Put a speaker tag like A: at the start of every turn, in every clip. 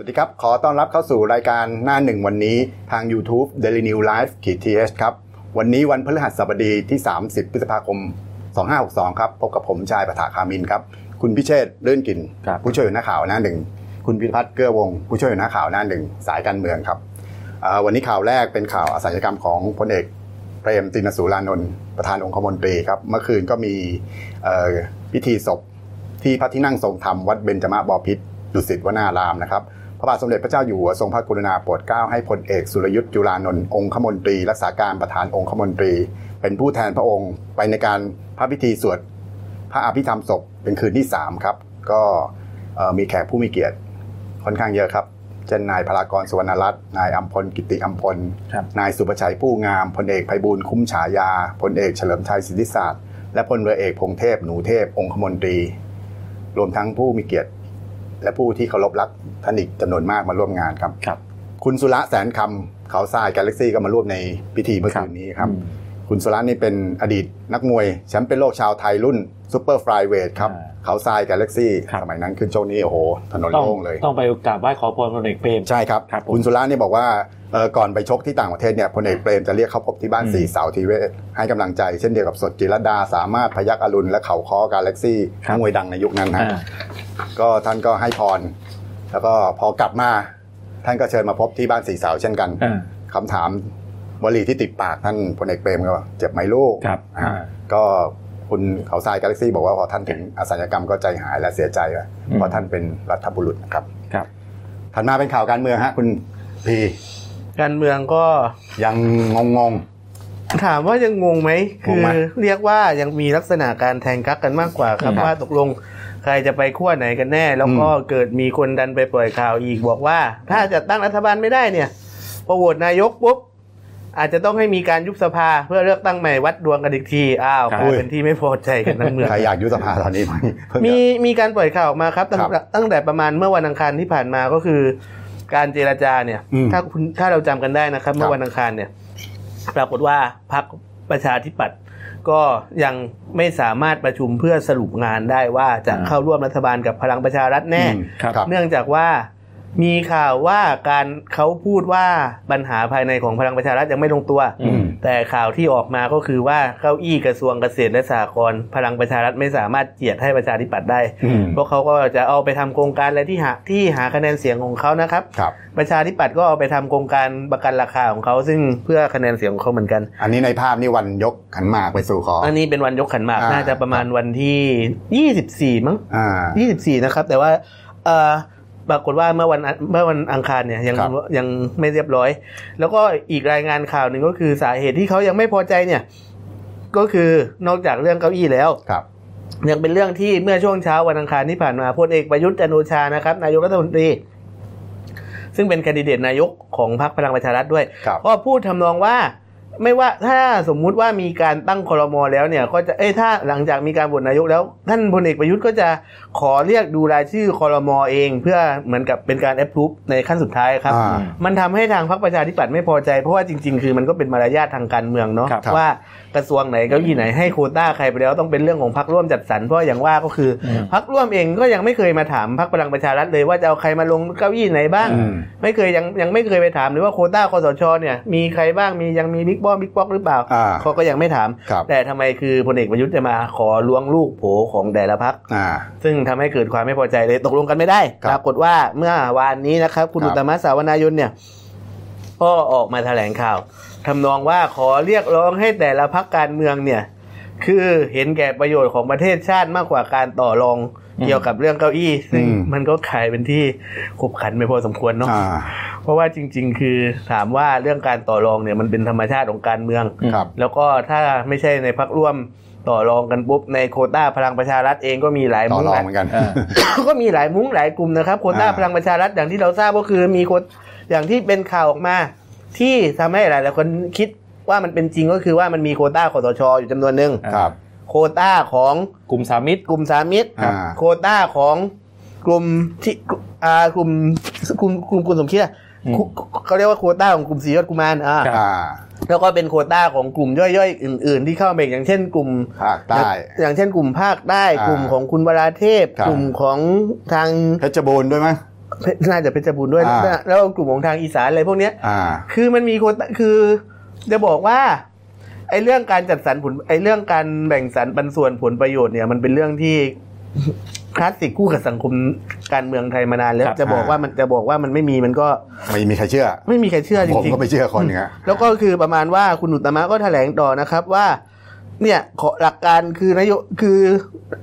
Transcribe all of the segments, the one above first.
A: สวัสดีครับ ขอต้อนรับเข้าสู่รายการหน้าหนึ่งวันนี้ทาง YouTube Daily New Life ขีดทีครับ วันนี้วันพฤหัสบดีที่ 30 พฤษภาคม 2562 ครับ พบกับผมชายประถาคามินครับ คุณพิเชษฐ์เลื่อนกลิ่น
B: ครับ
A: ผู้ช่วยหัวหน้าข่าวหน้าหนึ่ง คุณพิพัฒน์เกื้อวง ผู้ช่วยหัวหน้าข่าวหน้าหนึ่ง สายการเมืองครับเอ่อวันนี้ข่าวแรกเป็นข่าวอาชญากรรมของพลเอกเปรมตินสุรานนท์ประธานองคมนตรีครับ เมื่อคืนก็มีเอ่อพิธีศพที่พระที่นั่งทรงธรรมวัดเบญจมาบพิตรดุสิตวนารามนะครับ พระบาทสมเด็จพระเจ้าอยู่หัวทรงพระกรุณาโปรดเกล้าให้พลเอกสุรยุทธ์จุลานนท์องคมนตรี รักษาการประธานองคมนตรี เป็นผู้แทนพระองค์ไปในการพระพิธีสวดพระอภิธรรมศพเป็นคืนที่ 3 ครับ ก็เอ่อมีแขกผู้มีเกียรติค่อนข้างเยอะครับ เช่นนายพลากรสุวรรณรัตน์นายอัมพลกิติอัมพล
B: ครับ
A: นายสุประชัยผู้งามพลเอกไพบูลย์คุ้มฉายาพลเอกเฉลิมชัยสิทธิศาสตร์และพลเรือเอกพงเทพหนูเทพองคมนตรี รวมทั้งผู้มีเกียรติ และผู้ที่เคารพรักท่านอีกจำนวนมากมาร่วมงานครับ
B: ครับ
A: คุณสุระแสนคำเขาทรายกาแล็กซี่ก็มาร่วมในพิธีเมื่อคืนนี้ครับ
B: อืม
A: คุณสุระนี่เป็นอดีตนักมวยแชมป์เป็นโลกชาวไทยรุ่นซูเปอร์ฟลายเวทครับ
B: อ่า
A: เขาทรายกาแล็กซี่
B: ครับ
A: สมัยนั้นขึ้นโชคนี้โอ้โห ถนน
B: ต้อง
A: โล่งเลย
B: ต้องไปกราบไหว้ขอพรพลเอกเปรม
A: ใช่ครับ
B: ครับผม
A: คุณสุระเนี่ยบอกว่าเอ่อก่อนไปชกที่ต่างประเทศเนี่ยพลเอกเปรมจะเรียกเข้าพบที่บ้าน
B: อืม
A: สีเสาทีเวศให้กำลังใจเช่นเดียวกับสดจิรดาสามารถพยักอรุณและเขาค้อกาแล็กซี่นักมวยดังในยุคนั้นนะ
B: อ่า
A: ก็ท่านก็ให้พร แล้วก็พอกลับมา ท่านก็เชิญมาพบที่บ้านสีสาวเช่นกัน
B: อ่า
A: คำถามวลีที่ติดปากท่านพลเอกเปรมก็ว่าเจ็บไหมลูก
B: ครับ
A: อ่า
B: อ่า
A: ก็คุณเขาทรายกาแล็กซี่บอกว่าพอท่านถึงอาสาญกรรมก็ใจหายและเสียใจอะ
B: อืม
A: เพราะท่านเป็นรัฐบุรุษนะครับ
B: ครับ
A: ถัดมาเป็นข่าวการเมืองฮะ คุณพี
C: การเมืองก็
A: ยังงงง
C: ถามว่ายังงงไหม
A: ง
C: คื
A: ง
C: อ
A: ไหม
C: เรียกว่ายังมีลักษณะการแทงกักกันมากกว่าครับ
B: ครับ
C: ว่าตกลงใครจะไปขั้วไหนกันแน่ แล้วก็เกิดมีคนดันไปปล่อยข่าวอีกบอกว่า ถ้าจะตั้งรัฐบาลไม่ได้เนี่ยพอโหวตนายกปุ๊บอาจจะต้องให้มีการยุบสภาเพื่อเลือกตั้งใหม่วัดดวงกันอีกทีอ้าว
B: ครับ
C: กลายเป็นที่ไม่พอใจกันทั้งเมือง
A: ๆใครอยากยุบสภาตอนนี้มั้งเพิ่งจะ
C: มีมีการปล่อยข่าวออกมาครับตั้ง
A: ครับ
C: ตั้งแต่ประมาณเมื่อวันอังคารที่ผ่านมาก็คือ การเจรจาเนี่ย
A: อืม
C: ถ้าคุณถ้าเราจำกันได้นะครับ เมื่
A: ครั
C: อบ วันอังคารเนี่ย ปรากฏว่าพรรคประชาธิปัตย์ก็ยังไม่สามารถประชุมเพื่อสรุปงานได้ว่าจะ
B: อ่า
C: เข้าร่วมรัฐบาลกับพลังประชารัฐแน่
A: อืม
B: ครับ
A: ครับ
C: เนื่องจากว่ามีข่าวว่าการเขาพูดว่าปัญหาภายในของพลังประชารัฐยังไม่ลงตัว
B: อืม
C: แต่ข่าวที่ออกมาก็คือว่าเก้าอี้กระทรวงเกษตรและสหกรณ์พลังประชารัฐไม่สามารถเจียดให้ประชาธิปัตย์ได้
A: อืม
C: เพราะเขาก็จะเอาไปทำโครงการอะไรที่หาที่หาคะแนนเสียงของเขานะครับ
A: ครับ
C: ประชาธิปัตย์ก็เอาไปทำโครงการประกันราคาของเขาซึ่งเพื่อคะแนนเสียงของเขาเหมือนกัน
A: อันนี้ในภาพนี่วันยกขันหมากไปสู่ขอ
C: อันนี้เป็นวันยกขันหมาก
A: อ่า
C: น่าจะประมาณวันที่ 24 มั้ง
A: อ่า
C: 24 นะครับ แต่ว่าเอ่อปรากฏว่าเมื่อวันเมื่อวันอังคารเนี่ยยัง
A: ครับ
C: ยังไม่เรียบร้อย แล้วก็อีกรายงานข่าวหนึ่งก็คือสาเหตุที่เขายังไม่พอใจเนี่ยก็คือนอกจากเรื่องเก้าอี้แล้ว
A: ครับ
C: ยังเป็นเรื่องที่เมื่อช่วงเช้าวันอังคารที่ผ่านมาพลเอกประยุทธ์จันทร์โอชานะครับนายกรัฐมนตรี ซึ่งเป็นแคนดิเดตนายกของพรรคพลังประชารัฐด้วย
A: ครับ
C: ก็พูดทำนองว่าไม่ว่าถ้าสมมุติว่ามีการตั้งครมอแล้วเนี่ย ก็จะเอ้ยถ้าหลังจากมีการโหวตนายกแล้ว ท่านพลเอกประยุทธ์ก็จะขอเรียกดูรายชื่อครมอเอง เพื่อเหมือนกับเป็นการแอปพูฟในขั้นสุดท้ายครับ
A: อ่า
C: มันทำให้ทางพรรคประชาธิปัตย์ไม่พอใจ เพราะว่าจริงๆ คือมันก็เป็นมารยาททางการเมืองเนาะ
B: ครับ
C: ว่ากระทรวงไหนเก้าอี้ไหนให้โควต้าใครไปแล้วต้องเป็นเรื่องของพรรคร่วมจัดสรรเพราะอย่างว่าก็คืออ
B: ม
C: พรรคร่วมเองก็ยังไม่เคยมาถามพรรคพลังประชารัฐเลยว่าจะเอาใครมาลงเก้าอี้ไหนบ้าง
A: อืม
C: ไม่เคยยังยังไม่เคยไปถามหรือว่าโควต้าคอสชเนี่ยมีใครบ้างมียังมีบิ๊กบ้อมบิ๊กป๊อกหรือเปล่า
A: อ่า
C: เขาก็ยังไม่ถาม
A: ครับ
C: แต่ทำไมคือพลเอกประยุทธ์จะมาขอล้วงลูกโผของแต่ละพรรค
A: อ่า
C: ซึ่งทำให้เกิดความไม่พอใจเลยตกลงกันไม่ได้
A: ครับ
C: ปรากฏว่าเมื่อวานนี้นะครับ คุณ
A: ครับ
C: อุตตมะสาวนายนเนี่ยก็ออกมาแถลงข่าวทำนองว่าขอเรียกร้องให้แต่ละพักการเมืองเนี่ย คือเห็นแก่ประโยชน์ของประเทศชาติมากกว่าการต่อรอง
B: อืม
C: เกี่ยวกับเรื่องเก้าอี้ ซึ่ง
A: อืม
C: มันก็ขายเป็นที่ขบขันไปพอสมควรเนาะ
A: อ่า
C: เพราะว่าจริง ๆ คือถามว่าเรื่องการต่อรองเนี่ยมันเป็นธรรมชาติของการเมือง
A: ครับ
C: แล้วก็ถ้าไม่ใช่ในพักร่วมต่อรองกันปุ๊บในโควต้าพลังประชารัฐเองก็มีหลาย
A: ต่อ
C: มุ้ง
A: รอง
C: หลาย
A: เหมือนกัน
B: เออ
C: ก็มีหลายมุ้งหลายกลุ่มนะครับโควต้า
A: อ่า
C: พลังประชารัฐอย่างที่เราทราบก็คือมีคนอย่างที่เป็นข่าวออกมา ที่ทำให้หลายหลายๆคนคิดว่ามันเป็นจริงก็คือว่ามันมีโควต้าคอสชอยู่จำนวนหนึ่ง
B: อ่า
A: ครับ
C: โควต้าของ
B: กลุ่มสามิตร
C: กลุ่มสามมิตร
A: อ่า
C: โควต้าของกลุ่มที่อ่ากลุ่มกลุ่มกลุ่มคุณสมคิดอะ
B: อืม
C: คุเขาเรียกว่าโควต้าของกลุ่มสียอดกุมารอ่า
A: อ่า
C: แล้วก็เป็นโควต้าของกลุ่มย่อยๆ อื่น ๆ ที่เข้ามาอีกอย่างเช่นกลุ่ม
A: ภาคใต้
C: อย่างเช่นกลุ่มภาคใต้
A: อ่าก
C: ลุ่มของคุณวราเทพ
A: ครับ
C: กลุ่มของทาง
A: เพชรบูรณ์ด้วยมั้ย
C: เ น่าจะเป็นจบูรณ์ด้วย
A: อ่า
C: นะแล้วกลุ่มของทางอีสานอะไรพวกเนี้ย
A: อ่า
C: คือมันมีคนคือจะบอกว่าไอ้เรื่องการจัดสรรผลไอ้เรื่องการแบ่งสรรปันส่วนผลประโยชน์เนี่ย มันเป็นเรื่องที่ คลาสสิกคู่กับสังคมการเมืองไทยมานานแล้ว
B: ครับ
C: จะบอกว่ามันจะบอกว่ามันไม่มีมันก็
A: ไม่มีใครเชื่อ
C: ไม่มีใครเชื่อจ
A: ผม
C: ริง
A: ก็ไม่เชื่อคนเนี้ย
C: ๆ แล้วก็คือประมาณว่าคุณอุตตมะก็แถลงต่อนะครับว่า เนี่ยขอหลักการคือนโยคือ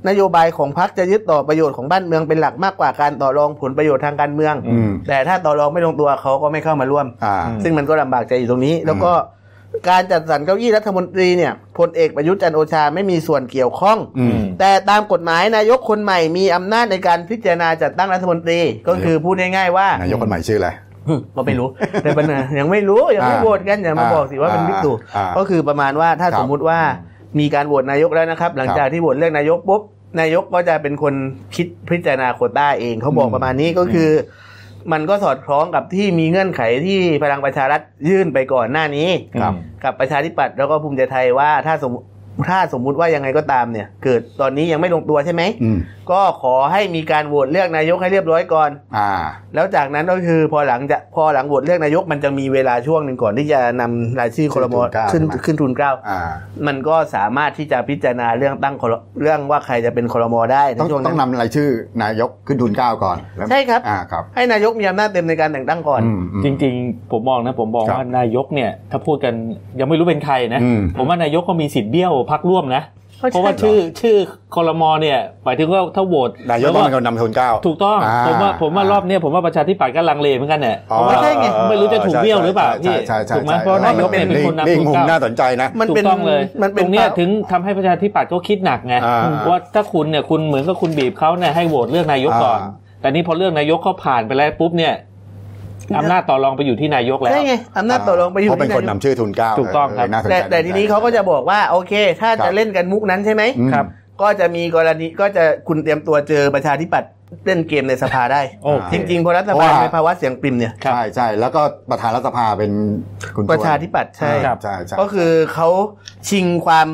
C: นโยบายของพรรคจะยึดต่อประโยชน์ของบ้านเมืองเป็นหลักมากกว่าการต่อรองผลประโยชน์ทางการเมือง
A: อืม
C: แต่ถ้าต่อรองไม่ลงตัวเขาก็ไม่เข้ามาร่วม
A: อ่า
B: อืม
C: ซึ่งมันก็ลำบากใจอยู่ตรงนี้ แล้วก็การจัดสรรเก้าอี้รัฐมนตรีเนี่ยพลเอกประยุทธ์จันทร์โอชาไม่มีส่วนเกี่ยวข้อง
A: อืม
C: แต่ตามกฎหมายนายกคนใหม่มีอำนาจในการพิจารณาจัดตั้งรัฐมนตรี ก็คือพูดง่ายๆว่า
A: นายกคนใหม่ชื่ออะไร
C: ก็ไม่รู้ แต่ปัญหายังไม่รู้ยังไม่
A: อ่า
C: โหวตกันอย่ามา
A: อ่า
C: บอกสิว่าเป็น
A: อ่า
C: บิ๊กตู่
A: อ่า
C: ก็คือประมาณว่าถ้า
A: ครับ
C: สมมุติว่ามีการโหวตนายกแล้วนะครับ หลั
A: ค
C: ง
A: รับ
C: จากที่โหวตเลือกนายกปุ๊บนายกก็จะเป็นคนคิดพิจารณาโควต้าเองเขาบอก
A: อืม
C: ประมาณนี้ก็คืออมันก็สอดคล้องกับที่มีเงื่อนไขที่พลังประชารัฐยื่นไปก่อนหน้านี้
A: ครับ
C: กับประชาธิปัตย์แล้วก็ภูมิใจไทยว่าถ้าสมมุติถ้าสมมุติว่ายังไงก็ตามเนี่ย เกิดตอนนี้ยังไม่ลงตัวใช่ไหม
A: อืม
C: ก็ขอให้มีการโหวตเลือกนายกให้เรียบร้อยก่อน
A: อ่า
C: แล้วจากนั้นก็คือพอหลังจะพอหลังโหวตเลือกนายกมันจะมีเวลาช่วงหนึ่งก่อนที่จะนำรายชื่อครม
A: ขึ้
C: ขึ้
A: น
C: น
A: ทุนเกล้า
C: ขึ้นทุนเกล้า
A: อ่า
C: มันก็สามารถที่จะพิจารณาเรื่องตั้งครเรื่องว่าใครจะเป็นครมได้ใน
A: ต้อง
C: ช่วง
A: ต้อ
C: นั้
A: ง
C: น
A: นำรายชื่อนายกขึ้นทุนเกล้าก่อนแล้ว
C: ใช่ครับ
A: อ่าครับ
C: ให้นายกมีอำนาจเต็มในการแต่งตั้งก่อน
A: อืมอืม
B: จริงๆ ผมมองนะผมมอง
A: ครับ
B: ว่านายกเนี่ย ถ้าพูดกันยังไม่รู้เป็นใครนะ
A: อืม
B: ผมว่านายกก็มีสิทธิ์เบี้ยวพักร่วมนะ
C: ก็ใช่
B: เพราะว่าชื่อชื่อคอรมอเนี่ยหมายถึงว่าถ้าโหวต
A: นายกต้องเป็นคนนำทุนเกล้า
B: ถูกต้อง
A: อ่า
B: ผมว่าผมว่า
A: อ่าร ร
B: อบเนี้ยผมว่าประชาธิปัตย์ก็ลังเลเหมือนกันเนี่ย
A: อ๋อ
B: เพราะว่า
C: ใช่ไง
B: ไม่รู้จะถูกเบี้ยวหรือเปล่า
A: ใช่
B: พี่
A: ใช่ใช่
B: ถูกไหม
A: ใช่
B: เพราะนายกเนี่ยเป็นคนนำ
A: นี่
B: ทุน
A: มุม
B: เก้า
A: น่าสนใจนะ
C: มัน
B: ถู
C: เป็น
B: กต้องเลย
C: มันเป็
B: ต
C: น
B: รงเนี้ย
C: ปะ
B: ถึงทำให้ประชาธิปัตย์ก็คิดหนักไง
A: อ่า
B: ว่าถ้าคุณเนี่ยคุณเหมือนกับคุณบีบเขาเนี่ยให้โหวตเลือกนายกก่อน
A: อ่า
B: แต่นี่พอเลือกนายกเขาผ่านไปแล้วปุ๊บเนี่ยอำนาจต่อรองไปอยู่ที่นายกแล้ว
C: ใช่ไงอำนาจต่อรองไปอยู่
A: เพราะเป็น
C: ที่
A: คน
C: นายก
A: นำชื่อทุนเกล้า
B: ถูกต้องครับ
A: เน่าสนใจ
C: แต่แต่ทีนี้เขาก็จะ
A: อก
C: บอกว่าโอเค ถ้า
A: ครั
C: จะ
A: บ
C: เล่นกันมุกนั้นใช่ไหม
B: ครับ
C: ก็จะมีกรณีก็จะคุณเตรียมตัวเจอประชาธิปัตย์เล่นเกมในสภาได้
B: โอเค
C: จริงๆพอรัฐ
A: เพ
C: บา
A: ราะ
C: ล
A: ว่า
C: ในภาวะเสียงปริ่มเนี่ย
B: ครับ
A: ใช่ใช่แล้วก็ประธานรัฐสภาเป็นคุณชวน
C: ประชาธิปัตย์ใช่
B: ครับ
A: ใช่ใช่
C: ก็คือเขาชิงความ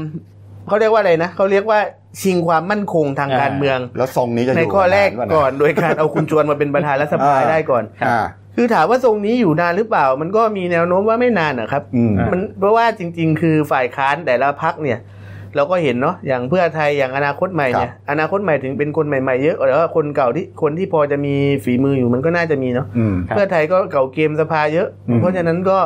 C: เขาเรียกว่าอะไรนะเขาเรียกว่าชิงความมั่นคงทาง
B: อ่า
C: การเมือง
A: แล้วทรงนี้จะอ
C: ใน
A: ยู่
C: ข้อแรก
A: า
C: ก่อน
A: วะ
C: โดยการเอาคุณจวนมาเป็นประธานรัฐสภา
A: อ่า
C: ได้ก่อน
A: อ่า
C: คือถามว่าทรงนี้อยู่นานหรือเปล่า มันก็มีแนวโน้มว่าไม่นานนะครับ
A: อืม
C: มันเพราะว่าจริง ๆ คือฝ่ายค้านแต่ละพักเนี่ย เราก็เห็นเนาะอย่างเพื่อไทยอย่างอนาคตใหม่เนี่ยอนาคตใหม่ถึงเป็นคนใหม่ๆเยอะแต่ว่าคนเก่าที่คนที่พอจะมีฝีมืออยู่มันก็น่าจะมีเนาะ
A: อืม
B: ครับ
C: เพื่อไทยก็เก่าเกมสภาเยอะ
A: อืม
C: เพราะฉะนั้นก็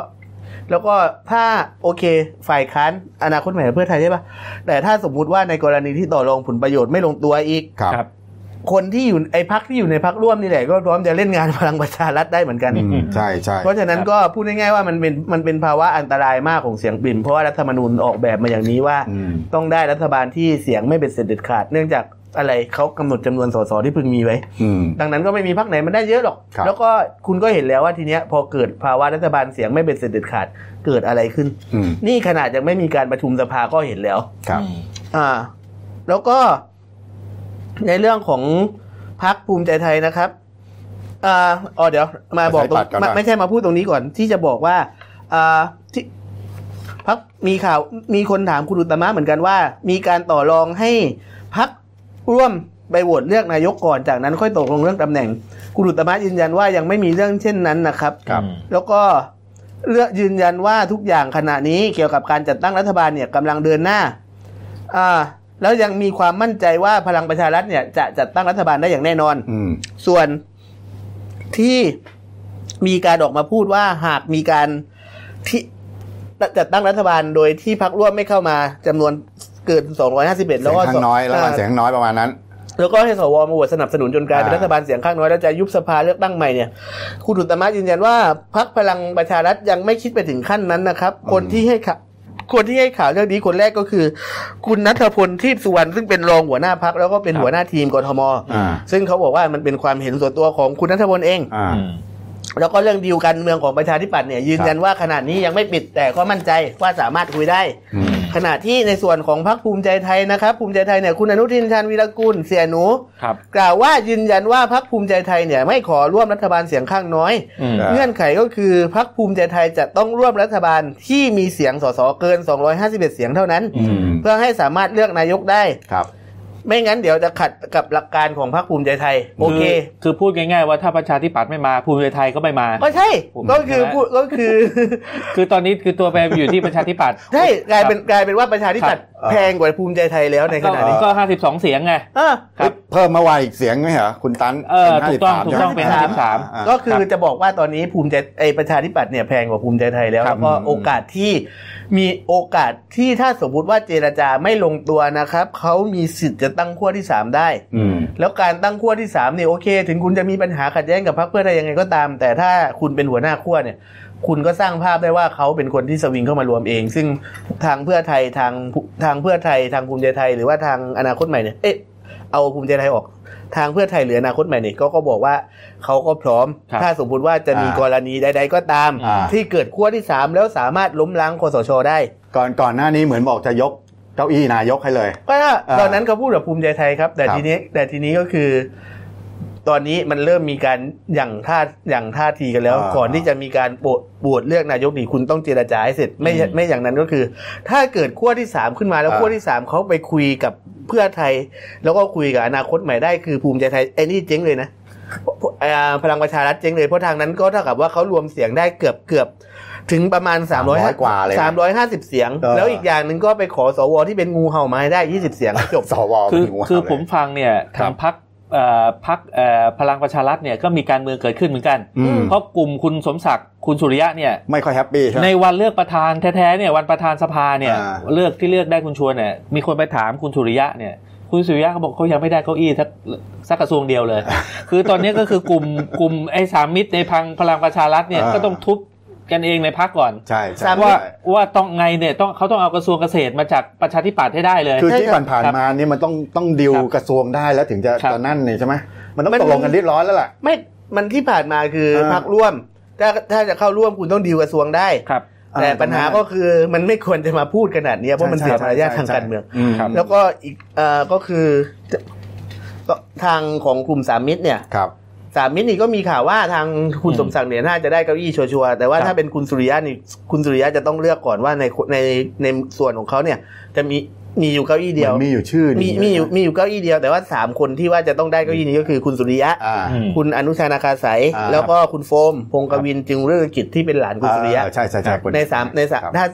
C: แล้วก็ถ้าโอเคฝ่ายค้านอนาคตใหม่เพื่อไทยใช่ปะแต่ถ้าสมมุติว่าในกรณีที่ต่อรองผลประโยชน์ไม่ลงตัวอีก
A: ครับ
B: ครับ
C: คนที่อยู่ไอ้พักที่อยู่ในพักร่วมนี่แหละก็พร้อมจะเล่นงานพลังประชารัฐได้เหมือนกัน
A: อืมใช่ใช่
C: เพราะฉะนั้นก็พูดง่ายๆว่ามันเป็นมันเป็นภาวะอันตรายมากของเสียงปริ่มเพราะว่ารัฐธรรมนูญออกแบบมาอย่างนี้ว่า
A: อืม
C: ต้องได้รัฐบาลที่เสียงไม่เป็นเสร็จเด็ดขาด เนื่องจากอะไรเขากำหนดจำนวนสสที่พึงมีไว้
A: อืม
C: ดังนั้นก็ไม่มีพักไหนมันได้เยอะหรอก
A: ครับ
C: แล้วก็คุณก็เห็นแล้วว่าทีเนี้ยพอเกิดภาวะรัฐบาลเสียงไม่เป็นเสร็จเด็ดขาดเกิดอะไรขึ้น
A: อืม
C: นี่ขนาดยังไม่มีการประชุมสภาก็เห็นแล้ว
A: ครับ
C: อ่า แล้วก็ในเรื่องของพักภูมิใจไทยนะครับอ่าอ๋อเดี๋ยวมาบอกต
A: ป
C: รง
A: ระชาธิปัตย์ก่อน
C: ไม่
A: นะ
C: ไม่ใช่มาพูดตรงนี้ก่อน ที่จะบอกว่าอ่าที่พักมีข่าวมีคนถามคุณอุตตมะเหมือนกันว่า มีการต่อรองให้พักร่วมไปโหวตเลือกนายกก่อนจากนั้น ค่อยตกลงเรื่องตำแหน่งคุณอุตตมะยืนยันว่ายังไม่มีเรื่องเช่นนั้นนะครับ
A: ครับ
C: แล้วก็เลือกยืนยันว่าทุกอย่างขณะนี้เกี่ยวกับการจัดตั้งรัฐบาลเนี่ยกำลังเดินหน้าอ่าแล้วยังมีความมั่นใจว่าพลังประชารัฐเนี่ยจะจัดตั้งรัฐบาลได้อย่างแน่นอน
A: อืม
C: ส่วนที่มีการออกมาพูดว่าหากมีการที่จัดตั้งรัฐบาลโดยที่พักร่วมไม่เข้ามาจำนวนเกิน 251
A: เสี
C: แล้
A: ยว ง
C: ก็
A: ข้างน้อยแล้วกันเสียงข้างน้อยประมาณนั้น
C: แล้วก็ให้สวมาโหวตสนับสนุนจนกลายเป็น
A: อ่า
C: รัฐบาลเสียงข้างน้อยแล้วจะยุบสภาเลือกตั้งใหม่เนี่ย คุณอุตตมะยืนยันว่าพักพลังประชารัฐยังไม่คิดไปถึงขั้นนั้นนะครับ คนที่ให้ข่าวคนที่ให้ข่าวเรื่องนี้คนแรกก็คือ คุณนัทพลที่สุวรรณซึ่งเป็นรองหัวหน้าพักแล้วก็เป็น
B: ครับ
C: หัวหน้าทีมกทม
A: อ่า
C: ซึ่งเขาบอกว่ามันเป็นความเห็นส่วนตัวของคุณนัทพลเอง
A: อ่า
C: แล้วก็เรื่องดีลการเมืองของประชาธิปัตย์เนี่ยยืนยันว่าขนาดนี้ยังไม่ปิดแต่ก็มั่นใจว่าสามารถคุยได้
A: อืม
C: ขณะที่ในส่วนของพรรคภูมิใจไทยนะครับ ภูมิใจไทยเนี่ยคุณอนุทินชาญวีรกุลเสียหนู
B: ครับ
C: กล่าวว่ายืนยันว่าพรรคภูมิใจไทยเนี่ยไม่ขอร่วมรัฐบาลเสียงข้างน้อย
B: อืม
A: ครับ
C: เงื่อนไขก็คือพรรคภูมิใจไทยจะต้องร่วมรัฐบาลที่มีเสียงสสเกิน 251 เสียงเท่านั้น
A: อืม
C: เพื่อให้สามารถเลือกนายกได้
A: ครับ
C: ไม่งั้นเดี๋ยวจะขัดกับหลักการของพรรคภูมิใจไทย โอเค
B: คือพูดง่ายๆว่าถ้าประชาธิปัตย์ไม่มาภูมิใจไทยก็ไม่มา
C: ก็ใช่
B: ผม
C: ก็คือ
B: เห็นแล้ว
C: พูดก็คือ
B: คือตอนนี้คือตัวแปรอยู่ที่ประชาธิปัตย์
C: ใช่กลายเป็นกลายเป็นว่าประชาธิปัตย์
A: ครับ
C: แพงกว่าภูมิใจไทยแล้วในข
B: ก็
C: ณะนี้
B: ก็ห้าสิบสองเสียงไง
C: อ่ะ
B: ครับ
A: เพิ่มมาไวอีกเสียงไหมเหรอคุณตัน
B: เออถูกต้องถูกต้องเป็น
A: ใช่ไหม
B: 53
A: อ่า
C: ก็คือจะบอกว่าตอนนี้ภูมิใจไอประชาธิปัตย์เนี่ยแพงกว่าภูมิใจไทยแล้ว
A: ครั
C: แล้
A: บ
C: วก็
A: อืม
C: โอกาสที่มีโอกาสที่ถ้าสมมติว่าเจรจาไม่ลงตัวนะครับเขามีสิทธิ์จะตั้งขั้วที่สามได้
A: อืม
C: แล้วการตั้งขั้วที่3เนี่ยโอเค ถึงคุณจะมีปัญหาขัดแย้งกับพรรคเพื่อไทยยังไงก็ตาม แต่ถ้าคุณเป็นหัวหน้าขั้วเนี่ย คุณก็สร้างภาพได้ว่าเขาเป็นคนที่สวิงเข้ามารวมเอง ซึ่งทางเพื่อไทยทางทางเพื่อไทยทางภูมิใจไทย หรือว่าทางอนาคตใหม่เนี่ยเอ๊ะเอาภูมิใจไทยออก ทางเพื่อไทยหรืออนาคตใหม่เนี่ยก็ก็บอกว่าเขาก็พร้อม
B: ครับ
C: ถ้าสมมติว่าจะมี
A: อ่าก
C: รณีใด ๆ ก็ตาม
A: อ่า
C: ที่เกิดขั้วที่สามแล้วสามารถล้มล้างคสชได้
A: ก่อนก่อนหน้านี้เหมือนบอกจะยกเก้าอี้นายกให้เลย
C: ก็ถ้า
A: อ่า
C: ตอนนั้นเขาพูดกับภูมิใจไทยครับ แต่
A: ครับ
C: ทีนี้แต่ทีนี้ก็คือ ตอนนี้มันเริ่มมีการอย่างท่าอย่างท่าทีกันแล้ว ก่อนที่จะมีการโหวตโหวตเลือกนายกนี่คุณต้องเจรจาให้เสร็จไม่
B: อืม
C: ไม่อย่างนั้นก็คือ ถ้าเกิดขั้วที่สามขึ้นมาแล้วขั้วที่สามเขาไปคุยกับเพื่อไทย แล้วก็คุยกับอนาคตใหม่ได้คือภูมิใจไทยไอ้นี่เจ๊งเลยนะเอ่อพลังประชารัฐเจ๊งเลยเพราะทางนั้นก็เท่ากับว่าเขารวมเสียงได้เกือบเกือบถึงประมาณ3 0 0
A: 300กว่าเลยนะ
C: 350 เสียง แล้วอีกอย่างหนึ่งก็ไปขอสวที่เป็นงูเห่ามาให้ได้ 20 เสียง จบ
A: สว
B: คือ
A: เป็นงู
B: คือ
A: เห่าเลย
B: ผมฟังเนี่ยทางพักพักพลังประชารัฐเนี่ยก็มีการเมืองเกิดขึ้นเหมือนกัน
A: อืม
B: เพราะกลุ่มคุณสมศักดิ์คุณสุริยะเนี่ย
A: ไม่ค่อยแฮปปี้ใช่ไหม
B: ในวันเลือกประธานแท้ๆเนี่ยวันประธานสภาเนี่ย
A: อ่า
B: เลือกที่เลือกได้คุณชวนเนี่ยมีคนไปถามคุณสุริยะเนี่ยคุณสุริยะเขาบอกเขายังไม่ได้เก้าอี้สักสักกระทรวงเดียวเลย คือตอนนี้ก็คือกลุ่มกลุ่มไอ้สามมิตรในพังพลังประชารัฐเนี่ยก็ต้องทุบกันเองในพักก่อน
A: ใช่ใช่
C: สาม
B: ว่าว่าต้องไงเนี่ยต้องเขาต้องเอากระทรวงเกษตรมาจากประชาธิปัตย์ให้ได้เลย
A: คือที่ผ่านผ่าน
B: ครับ
A: มานี่มันต้องต้องดิว
B: ครับ
A: กระทรวงได้แล้วถึงจะ
B: ครับ
A: จะนั่นนี่ใช่ไหมมันต้อง
C: มัน
A: ตกลงกันเรียบร้อยแล้วล่ะ
C: ไม่ มันที่ผ่านมาคือ
A: เออ
C: พักร่วม ถ้าถ้าจะเข้าร่วมคุณต้องดีลกระทรวงได้
B: ครับ
C: แต่ปัญหาก็
A: ใช่
C: คือมันไม่ควรจะมาพูดขนาดเนี้ยเพราะมันเสียมารยาททางการเมือง
A: ใช่ใช่
B: ครับ
A: แล้
C: แล้ว วก็อีกเอ่อก็คือก็ทางของกลุ่มสามมิตรเนี่ย
A: ครับ
C: สามมิตรนี่ก็มีข่าวว่าทางคุณสมศักดิ์เนี่ยน่าจะได้เก้าอี้ชัวร์ๆแต่ว่า
B: ครับ
C: ถ้าเป็นคุณสุริยะนี่คุณสุริยะจะต้องเลือกก่อนว่าในในในส่วนของเขาเนี่ยจะมีมีอยู่เก้าอี้เดียว
A: มันมีอยู่ชื่อ
C: มี
A: นี่
C: มีอยู่มีอยู่เก้าอี้เดียวแต่ว่าสามคนที่ว่าจะต้องได้เก้าอี้นี้ก็คือคุณสุริยะ
A: อ่า
B: อืม
C: คุณอนุชานาคาสาย
A: อ่า
C: แล้วก็คุณโฟม พงศ์กวินจึงเรื่องกิจที่เป็นหลานคุณสุริยะ
A: เออใช่ใช่ใช่คุณ
C: ในสามในสาม
A: ครับ
C: ถ้า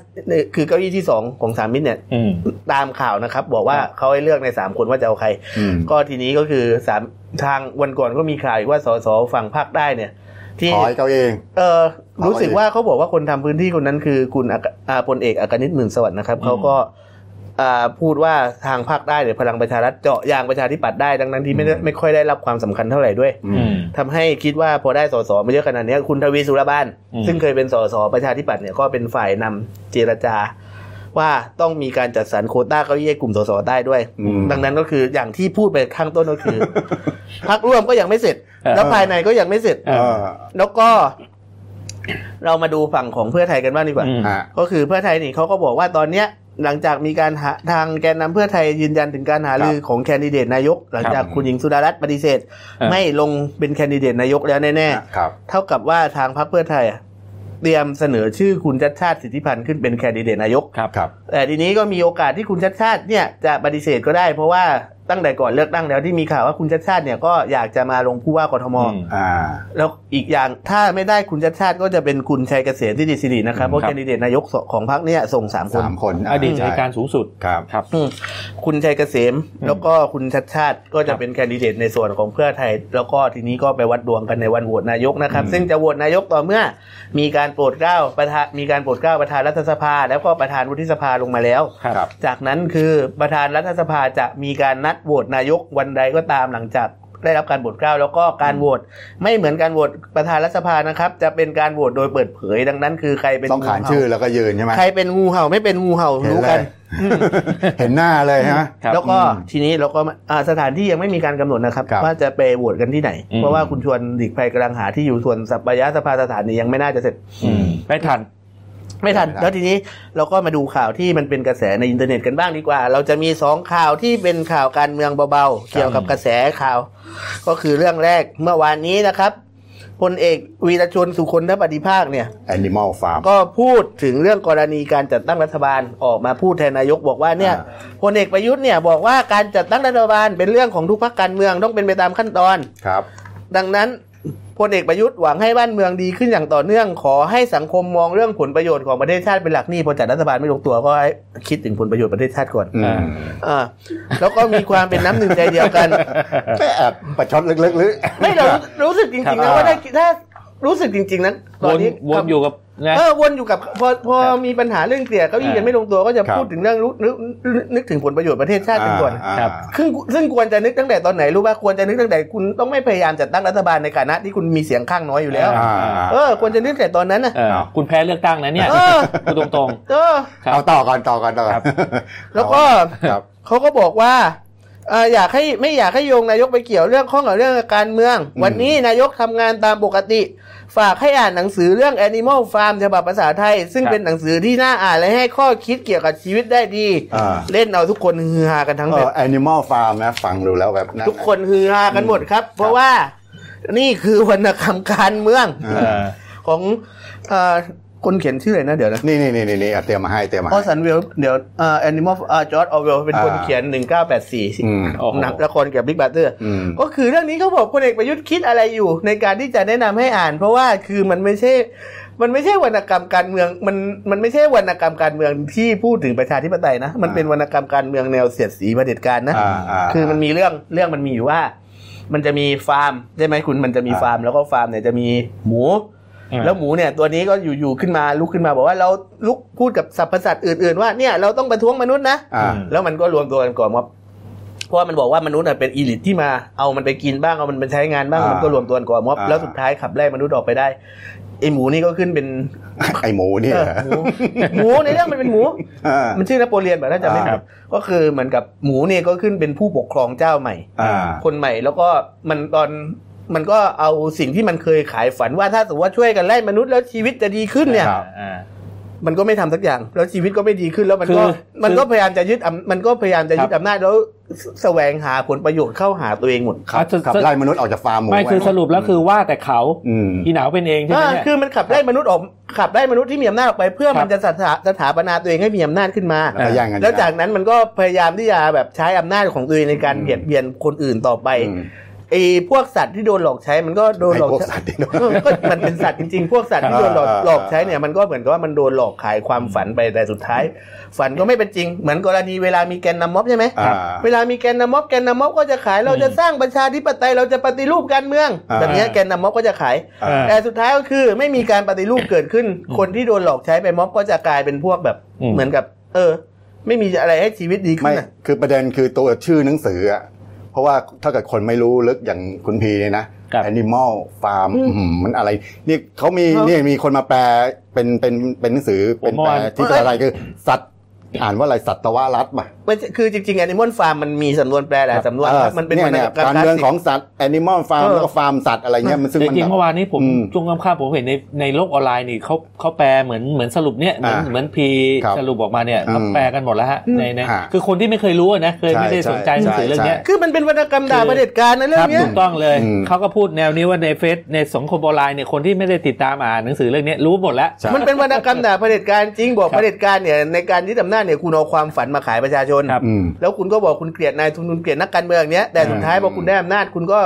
C: คือเก้าอี้ที่สองของสามมิตรเนี่ย
B: อืม
C: ตามข่าวนะครับ บอกว่าเขาให้เลือกในสามคนว่าจะเอาใคร
A: อืม
C: ก็ทีนี้ก็คือสามทางวันก่อนก็มีข่าวอีกว่าสสฝั่งภาคใต้เนี่ย ที่
A: ขอให้เขาเอง
C: เออ
A: ขอ
C: รู้สึกว่าเขาบอกว่าคนทำพื้นที่คนนั้นคือคุณอากอาพลเอกอากนิตหมื่นสวัสดิ์นะครับ
B: อืม
C: เขาก็อ่าพูดว่าทางภาคใต้เนี่ยพลังประชารัฐเจาะยางประชาธิปัตย์ได้ดังนั้นที่ไม่ได้
A: อืม
C: ไม่ค่อยได้รับความสำคัญเท่าไหร่ด้วย
A: อื
B: อื
A: ม
B: ม
C: ทำให้คิดว่าพอได้สสมาเยอะขนาดเนี้ยคุณทวีสุรบาน
B: อืม
C: ซึ่งเคยเป็นสสประชาธิปัตย์เนี่ยก็เป็นฝ่ายนำเจรจา ว่าต้องมีการจัดสรรโควต้าเก้าอี้ให้กลุ่มสสใต้ด้วย
A: อืม
C: ดังนั้นก็คืออย่างที่พูดไปข้างต้นก็คือ พักร่วมก็ยังไม่เสร็จ
B: เออ
C: แล้วภายในก็ยังไม่เสร็จ
B: เออ
C: แล้วก็ เรามาดูฝั่งของเพื่อไทยกันบ้างดีกว่า
B: อืม
A: ฮะ
C: ก็คือเพื่อไทยนี่เขาก็บอกว่าตอนเนี้ย หลังจากมีการหาทางแกนนำเพื่อไทยยืนยันถึงการหารือของแคนดิเดตนายก หลังจากคุณหญิงสุดารัตน์ปฏิเสธ
B: ออ
C: ไม่ลงเป็นแคนดิเดตนายกแล้วแน่
A: ครับ
C: ๆเท่ากับว่าทางพรรคเพื่อไทยอะเตรียมเสนอชื่อคุณชัดชาติสิทธิพันธ์ขึ้นเป็นแคนดิเดตนายก
B: ครับ
A: ครับ
C: แต่ทีนี้ก็มีโอกาสที่คุณชัดชาติเนี่ยจะปฏิเสธก็ได้ เพราะว่าตั้งแต่ก่อนเลือกตั้งแล้วที่มีข่าวว่าคุณชัดชาติเนี่ยก็อยากจะมาลงผู้ว่ากทม
B: อืม
A: อ่า
C: แล้วอีกอย่างถ้าไม่ได้คุณชัดชาติก็จะเป็นคุณชัยเกษมที่ดิสิรินะครับเพราะ
B: ครับ
C: แคนดิเดตนายกของพรรคเนี่ยส่งสามคน
A: สามคน
B: อดีต
A: ใช่
B: ในการสูงสุด
A: ครับ
B: ครับ
C: อืมคุณชัยเกษมแล้วก็คุณชัดชาติก็จะเป็นแคนดิเดตในส่วนของเพื่อไทย แล้วก็ทีนี้ก็ไปวัดดวงกันในวันโหวตนายกนะครับ
A: อืม
C: ซึ่งจะโหวตนายกต่อเมื่อ มีการโปรดเกล้าประธานมีการโปรดเกล้าประธานรัฐสภา แล้วก็ประธานวุฒิสภาลงมาแล้ว
B: ครับ
A: ครับ
C: จากนั้นคือประธานรัฐสภาจะมีการนัดโหวตนายกวันใดก็ตามหลังจากได้รับการโหวตเกล้าแล้วก็การโหวตไม่เหมือนการโหวตประธานรัฐสภานะครับ จะเป็นการโหวตโดยเปิดเผยดังนั้นคือใครเป็น
A: ต้องขาน
C: งูเห่
A: ชื่อแล้วก็ยืนใช่ไหม
C: ใครเป็นงูเห่าไม่เป็นงูเห่า
A: เห็น
C: รู้
A: เล
C: กั
A: ย
C: น
A: เห็นหน้าเลยฮะ
B: ครับ
C: แล้วก็
A: อืม
C: ทีนี้เราก็มาอ่าสถานที่ยังไม่มีการกำหนดนะครับ
A: ครับ
C: ว่าจะไปโหวตกันที่ไหน
B: อืม
C: เพราะว่าคุณชวนดิกภัยกำลังหาที่อยู่ส่วนสัปยะสภาสถานนี้ยังไม่น่าจะเสร็จ
B: อืมไม่ทัน
C: ไม่ทัน
A: ไม่ทัน
C: แล้วทีนี้เราก็มาดูข่าวที่มันเป็นกระแสในอินเทอร์เน็ตกันบ้างดีกว่า เราจะมีสองข่าวที่เป็นข่าวการเมืองเบาๆ เกี่ยวกับกระแสข่าว ก็คือเรื่องแรกเมื่อวานนี้นะครับ พลเอกวีรชนสุคนทปฏิภาคเนี่ย
A: Animal Farm
C: ก็พูดถึงเรื่องกรณีการจัดตั้งรัฐบาลออกมาพูดแทนนายกบอกว่าเนี่ย
A: อ่
C: พลเอกประยุทธ์เนี่ยบอกว่าการจัดตั้งรัฐบาลเป็นเรื่องของทุกพรรคการเมืองต้องเป็นไปตามขั้นตอน
A: ครับ
C: ดังนั้นพลเอกประยุทธ์หวังให้บ้านเมืองดีขึ้นอย่างต่อเนื่อง ขอให้สังคมมองเรื่องผลประโยชน์ของประเทศชาติเป็นหลักนี่พอจัดรัฐบาลไม่ลงตัวก็ให้คิดถึงผลประโยชน์ประเทศชาติก่อน
A: อืม
B: อ่า
C: อ่าแล้วก็มีความเป็นน้ำหนึ่งใจเดียวกัน
A: ไม่แอบประชดลึกๆหรือ
C: ไม่เรารู้สึกจริง
B: ครั
C: ๆนะ
B: บ
C: ว่าถ้าถ้ารู้สึกจริง ๆ นั้นต
B: ว
C: อน
B: น
C: นี้
B: วนอยู่กับนะ
C: เออวนอยู่กับพอพอ
B: ครับ
C: มีปัญหาเรื่องเกลี่ยเก้าอี้
B: อ่า
C: กันไม่ลงตัวก็จะ
A: ครับ
C: พูดถึงเรื่องรู้นึกนึกนึกถึงผลประโยชน์ประเทศชาติเป็นก่อน
A: อ่า
B: ครับ
C: ซึ่งซึ่งควรจะนึกตั้งแต่ตอนไหนรู้ป่ะควรจะนึกตั้งแต่คุณต้องไม่พยายามจัดตั้งรัฐบาลในฐานะที่คุณมีเสียงข้างน้อยอยู่แล้ว
A: อ่าอ่า
C: เออควรจะนึกแต่ตอนนั้นนะ
B: เออคุณแพ้เลือกตั้งนะเนี่ย
C: เออ
B: พูดตรง
C: เออ
B: ครับ
A: เอาต่อก่อนต่อก่อนต่อก่อ
B: ครั
A: น
B: บ
C: แล้วก็
A: ครับ
C: เขาก็บอกว่าเอ่ออยากให้ไม่อยากให้โยงนายกไปเกี่ยวเรื่องข้องกับเรื่องการเมือง
A: อืม
C: วันนี้นายกทำงานตามปกติ ฝากให้อ่านหนังสือเรื่อง Animal Farm ฉบับภาษาไทย ซึ่ง
B: ครับ
C: เป็นหนังสือที่น่าอ่านและให้ข้อคิดเกี่ยวกับชีวิตได้ดี
A: อ่า
C: เล่นเอาทุกคนฮือฮากันทั้ง
A: เอ
C: แบบ
A: อ Animal Farm นะ ฟังดูแล้วแบบะ
C: ทุกคนฮือฮากันหมดครับ เพราะว่านี่คือวรรณกรรมการเมือง
B: ๆเออ
C: ของเอ่อคนเขียนชื่ออะไรนะเดี๋ยวนะ
A: นี่นี่นี่นี่นี่เอาเตรียมมาให้เตรียมมา
C: พอ
A: ให้
C: สันเวลเดี๋ยวเอ่อแอนิมอลอ่าจอร์ดออเวลเป็นคน
A: อ่า
C: เขียน
A: อืม
B: โอ้โห
C: 1984หนังละครเกี่ยวกับบิ๊กบัตเตอร์
A: อืม
C: ก็คือเรื่องนี้เขาบอกพลเอกประยุทธ์คิดอะไรอยู่ ในการที่จะแนะนำให้อ่าน เพราะว่าคือมันไม่ใช่ มันไม่ใช่วรรณกรรมการเมืองมันมันไม่ใช่วรรณกรรมการเมืองที่พูดถึงประชาธิปไตยนะ มัน
A: อ่า
C: เป็นวรรณกรรมการเมืองแนวเสียดสีเผด็จการนะ
A: อ่าา
C: คือมันมีเรื่องเรื่องมันมีอยู่ว่า มันจะมีฟาร์มใช่ไหมคุณมันจะมี
A: อ่า
C: ฟาร์มแล้วก็ฟาร์มเนี่ยจะมีหมู
B: อ่า
C: แล้วหมูเนี่ยตัวนี้ก็อยู่ๆขึ้นมาลุกขึ้นมาบอกว่าเราลุกพูดกับสรรพสัตว์อื่นๆว่าเนี่ยเราต้องประท้วงมนุษย์นะ
A: อ่า
C: แล้วมันก็รวมตัวกันก่อนว่าเพราะว่ามันบอกว่ามนุษย์น่ะเป็นอีลิทที่มาเอามันไปกินบ้างเอามันไปใช้งานบ้าง
A: อ่ามั
C: มันก็รวมตัวกันก่อนม็อบ
A: อ่า
C: แล้วสุดท้ายขับไล่มนุษย์ออกไปได้ไอหมูนี่ก็ขึ้นเป็น
A: ไอหมูนี่
C: เอ
A: เหร
C: อ
A: อ
C: หมูหมูในเรื่องมันเป็นหมู
A: อ่า
C: มันชื่อนโปเลียนแบบน่าจะไม่ผิ
A: ครั
C: ด
A: บ
C: ก็คือเหมือนกับหมูเนี่ยก็ขึ้นเป็นผู้ปกครองเจ้าใหม่
A: อ่า
C: คนใหม่แล้วก็มันตอนมันก็เอาสิ่งที่มันเคยขายฝันว่าถ้าสมมติว่าช่วยกันไล่มนุษย์แล้วชีวิตจะดีขึ้นเนี่ย
A: ครับ
B: อ่า
C: มันก็ไม่ทำสักอย่าง แล้วชีวิตก็ไม่ดีขึ้นแล้วมันก็
B: คือ
C: มันก็
B: คือ
C: พยายามจะยึดอำมันก็พยายามจะยึด
B: ครับ
C: อำนาจแล้วสแสวงหาผลประโยชน์เข้าหาตัวเองหมด
A: ขับ
B: อ่ะจะ
A: ขับไล่มนุษย์ออกจากฟาร์มหมู
B: ไม่คือ
A: ว้
B: สรุปแล้วคือว่าแต่เขา
A: อืม
B: อีหนาวเป็นเองใช่ไหม
C: อ่า
B: เนี่ย
C: คือมันขับไล่มนุษย์ออกขับไล่มนุษย์ที่มีอำนาจออกไป เพื่อ
B: ครับ
C: มันจะสถาสถาปนาตัวเองให้มีอำนาจขึ้นมา
A: แล้วก็แย่งกัน
C: แล้วจากนั้นมันก็พยายามที่จะแบบใช้อำนาจของตัวเองในการเบียดเบียนคนอื่นต่อไป
A: อืม
C: ไอ้พวกสัตว์ที่โดนหลอกใช้มันก็โดน
A: ไอ
C: หลอก
A: พวก
C: ใช้
A: สัตว์ที่โดน
C: เออก็มันเป็นสัตว์จริงๆ พวกสัตว์ที่โดนหลอก
A: อ่าอ่า
C: หลอกใช้เนี่ยมันก็เหมือนกับว่ามันโดนหลอกขายความฝันไปแต่สุดท้าย ฝันก็ไม่เป็นจริง เหมือนกรณีเวลามีแกนนำม็อบใช่ไหม
A: อ่า
C: เวลามีแกนนำม็อบแกนนำม็อบก็จะขายเราจะสร้างประชาธิปไตยเราจะปฏิรูปการเมือง
A: อ่า
C: แบบเนี้ยแกนนำม็อบก็จะขาย
A: เออ
C: แต่สุดท้ายก็คือไม่มีการปฏิรูปเกิดขึ้น คนที่โดนหลอกใช้ไปม็อบก็จะกลายเป็นพวกแบบ
B: อืม
C: เหมือนกับ เออ ไม่มีอะไรให้ชีวิตดีขึ้
A: ไม่
C: นอะ
A: คือประเด็นคือตัวชื่อหนังสืออะเพราะว่าถ้าเกิดคนไม่รู้ลึกอย่างคุณพีเนี่ยนะครับ แอนิมอลฟาร์มมันอะไร นี่เขามี
C: เออ
A: นี่มีคนมาแปลเป็นเป็นเป็นหนังสือเป็นแปลที่อะไรคือ สัตว์อ่านว่าอะไรสัตวรัตน์ป่ะ
C: มันจะคือจริงๆแอนิมอลฟาร์มมันมีสำนวนแปลหลายสำนวน
A: เออ
C: ครับมันเป็น
A: เนี่ยเนี่ย
C: รรณรรม
A: การ
C: คลส
A: เมือง
C: สิก
A: ของสัตว์แอนิมอลฟาร์ม
C: เออ
A: แล้วก็ฟาร์มสัตว์อะไรเงี้ยมันซึ่ง
B: แต่
A: มัน
B: จริง
A: แบบ
B: เมื่อวานนี้ผม
A: อืม
B: ช่วงค่ำๆผมเห็นในในโลกออนไลน์นี่เขาเขาแปลเหมือนเหมือนสรุปเนี่ยเหมือน
A: อ่า
B: เหมือนพี
A: ครับ
B: สรุปออกมาเนี่ย
A: อืม
B: เขาแปลกันหมดแล้วฮะในใน
A: ฮะ
B: คือคนที่ไม่เคยรู้อะนะเคย
A: ใช่
B: ไม่ได้สนใจ
A: ใช่
B: หนังสือเรื่องเนี้ย
C: คือมันเป็นวรรณกรรมด่า
B: คือ
C: เผด็จการนะเรื่
B: ค
C: อ
B: รับ
C: งเนี้ย
B: ถูกต้องเลย
A: อืม
B: เขาก็พูดแนวนี้ว่าในเฟซในสังคมออนไลน์เนี่ยคนที่ไม่ได้ติดตามอ่านหนังสือเรื่องเนี้ยรู้หมดแล้ว
A: ใช่
C: มันเป็นวรรณกรรมด่าเผด็จการจริงบอก
B: ครับ
C: เผด็จการเนี่ยในการยึดอำนาจเนี่ยคุณเอาความฝันมาขายประชาชน
B: ครับ
A: อืม
C: แล้วคุณก็บอกคุณเกลียดนายทุนคุณเกลียดนักการเมืองเนี้ยแต่สุดท้าย
A: อืม
C: พอคุณได้อำนาจคุณก็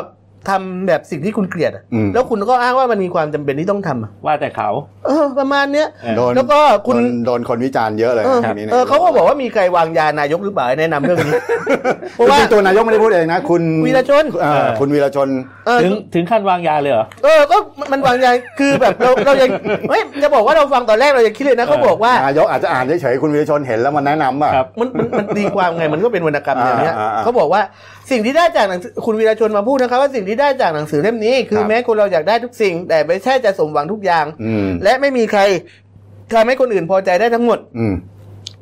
C: ทำแบบสิ่งที่คุณเกลียดอะ
A: อืม
C: แล้วคุณก็อ้างว่ามันมีความจำเป็นที่ต้องทำอะ
B: ว่าแต่เขา
C: เออ ประมาณเนี้ย
B: เออ
A: โดน
C: แล้วก็คุณ
A: โดนโดนคนวิจารณ์เยอะเลย
C: เออ
A: ทีนี้นี่ย
C: เออเขาก็บอกว่ามีใครวางยานายกหรือเปล่าให้แนะนำเรื่องนี้ เพราะว่า
A: จริงๆตัวนายกไม่ได้พูดเองนะ คุณ
C: วีรชน
A: เออคุณวีรชน
C: เออ
B: ถึงถึงขั้นวางยาเลยเหรอ
C: เออ ก็มันวางยาคือแบบเราเรา ยังเฮ้ยจะบอกว่าเราฟังตอนแรกเรายังคิดเลยนะเขาบอกว่า
A: นายกอาจจะอ่านเฉยๆคุณวีรชนเห็นแล้วมันแนะนำอ่ะ
B: ครับ
C: มันมันมันตีความไงมันก็เป็นวรรณกรรม
A: อ่า
C: อย่างเนี้ย
A: อ่าอ่า
C: เขาบอกว่าสิ่งที่ได้จากหนังสือคุณวีรชนมาพูดนะครับว่าสิ่งที่ได้จากหนังสือเล่มนี้ คื
A: ค
C: อ
A: รับ
C: แม้คนเราอยากได้ทุกสิ่ง แต่ไม่ใช่จะสมหวังทุกอย่าง
A: อืม
C: และไม่มีใครทำให้คนอื่นพอใจได้ทั้งหมด
A: อืม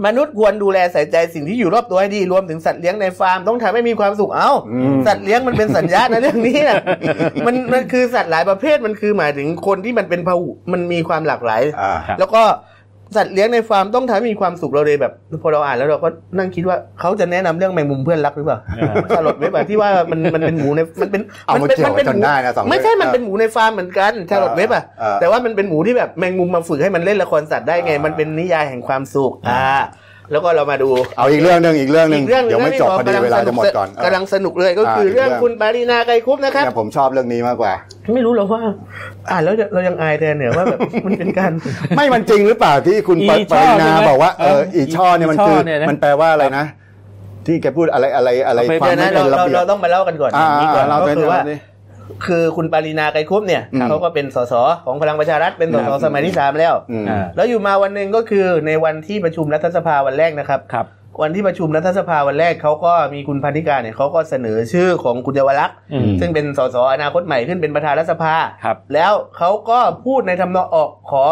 C: มนุษย์ควรดูแลใส่ใจสิ่งที่อยู่รอบตัวให้ดีรวมถึงสัตว์เลี้ยงในฟาร์มต้องทำให้มีความสุขเอ้า
A: อืม
C: สัตว์เลี้ยงมันเป็นสัญญาณนะเรื่องนี้นะมันมันคือสัตว์หลายประเภทมันคือหมายถึงคนที่มันเป็นพหุมันมีความหลากหลาย
A: อ่า
B: ครับ
C: แล้วก็ สัตว์เลี้ยงในฟาร์มต้องทำให้มีความสุขเราเลยแบบ พอเราอ่านแล้วเราก็นั่งคิดว่าเขาจะแนะนำเรื่องแมงมุมเพื่อนรักหรือเป ล่า
B: เออ
C: สลดไหมแบบที่ว่ามันมันเป็นหมูในมันเป็น
A: เอามาเกี่ยว
C: มัเป็
A: จนได้นะสอง
C: ไม่ใช่
A: เรื่อง
C: มันเป็นหมูในฟาร์มเหมือนกันชาลอตเว็บอ่ะ
A: เออเออ
C: แต่ว่ามันเป็นหมูที่แบบแมงมุมมาฝึกให้มันเล่นละครสัตว์ได้ไง
A: เออ
C: มันเป็นนิยายแห่งความสุขอ่า แล้วก็เรามาดู
A: เอาอีกเรื่องหนึ่งอีกเรื่องหนึ่ง
C: อีกเรื่องห
A: เดี๋
C: นึ่
A: ยว
C: ง
A: ไม่จบพอดีเวลาจะหมดก่อน
C: กำลังสนุกเลยก็คือ
A: เออ
C: เรื่องคุณปารีนาไกรคุปนะครับ
A: เนี่ยผมชอบเรื่องนี้มากกว่า
C: ไม่รู้หรอกว่า อ่านแล้วเรายังอายแทนเนี่ยว่าแบบ มันเป็นการ
A: ไม่มันจริงหรือเปล่าที่คุณป
B: อีช่อ
A: รินา
B: ใช่ไหม
A: บอกว่าเออ
B: เอออี
A: อีช่อเนี่ยมัน
B: ช่อ
A: คือ
B: เนี่ยนะ
A: มันแปลว่าอะไรนะ ที่แกพูดอะไรอะไรอะไร
B: เอาไป
A: ความ
C: เดี๋ยว
A: ไม่
C: นะ
A: เป็นระ
C: เราเรา
A: เบียบ
C: เราต้องมาเล่ากันก่อน
A: อ่า
C: ย่างนี้ก่อน
A: เรา
C: ก็
A: เป็น
C: คือ
A: ว่า
C: ว่า คือคุณปารีนาไกรคุบเนี่ย
A: ครับ
C: เขาก็เป็นสสของพลังประชารัฐเป็นส
A: ค
C: ส
A: รับ
C: สมัยที่สามแล้ว
A: อืม
B: อ่า
C: แล้วอยู่มาวันหนึ่งก็คือในวันที่ประชุมรัฐสภาวันแรกนะครับ
B: ครับ
C: วันที่ประชุมรัฐสภาวันแรกเขาก็มีคุณพันธิกาเนี่ยเขาก็เสนอชื่อของคุณเยาวรักษณ์
B: อืม
C: ซึ่งเป็นสสอนาคตใหม่ขึ้นเป็นประธานรัฐสภา
B: ครับ
C: แล้วเขาก็พูดในทำนองออกขอ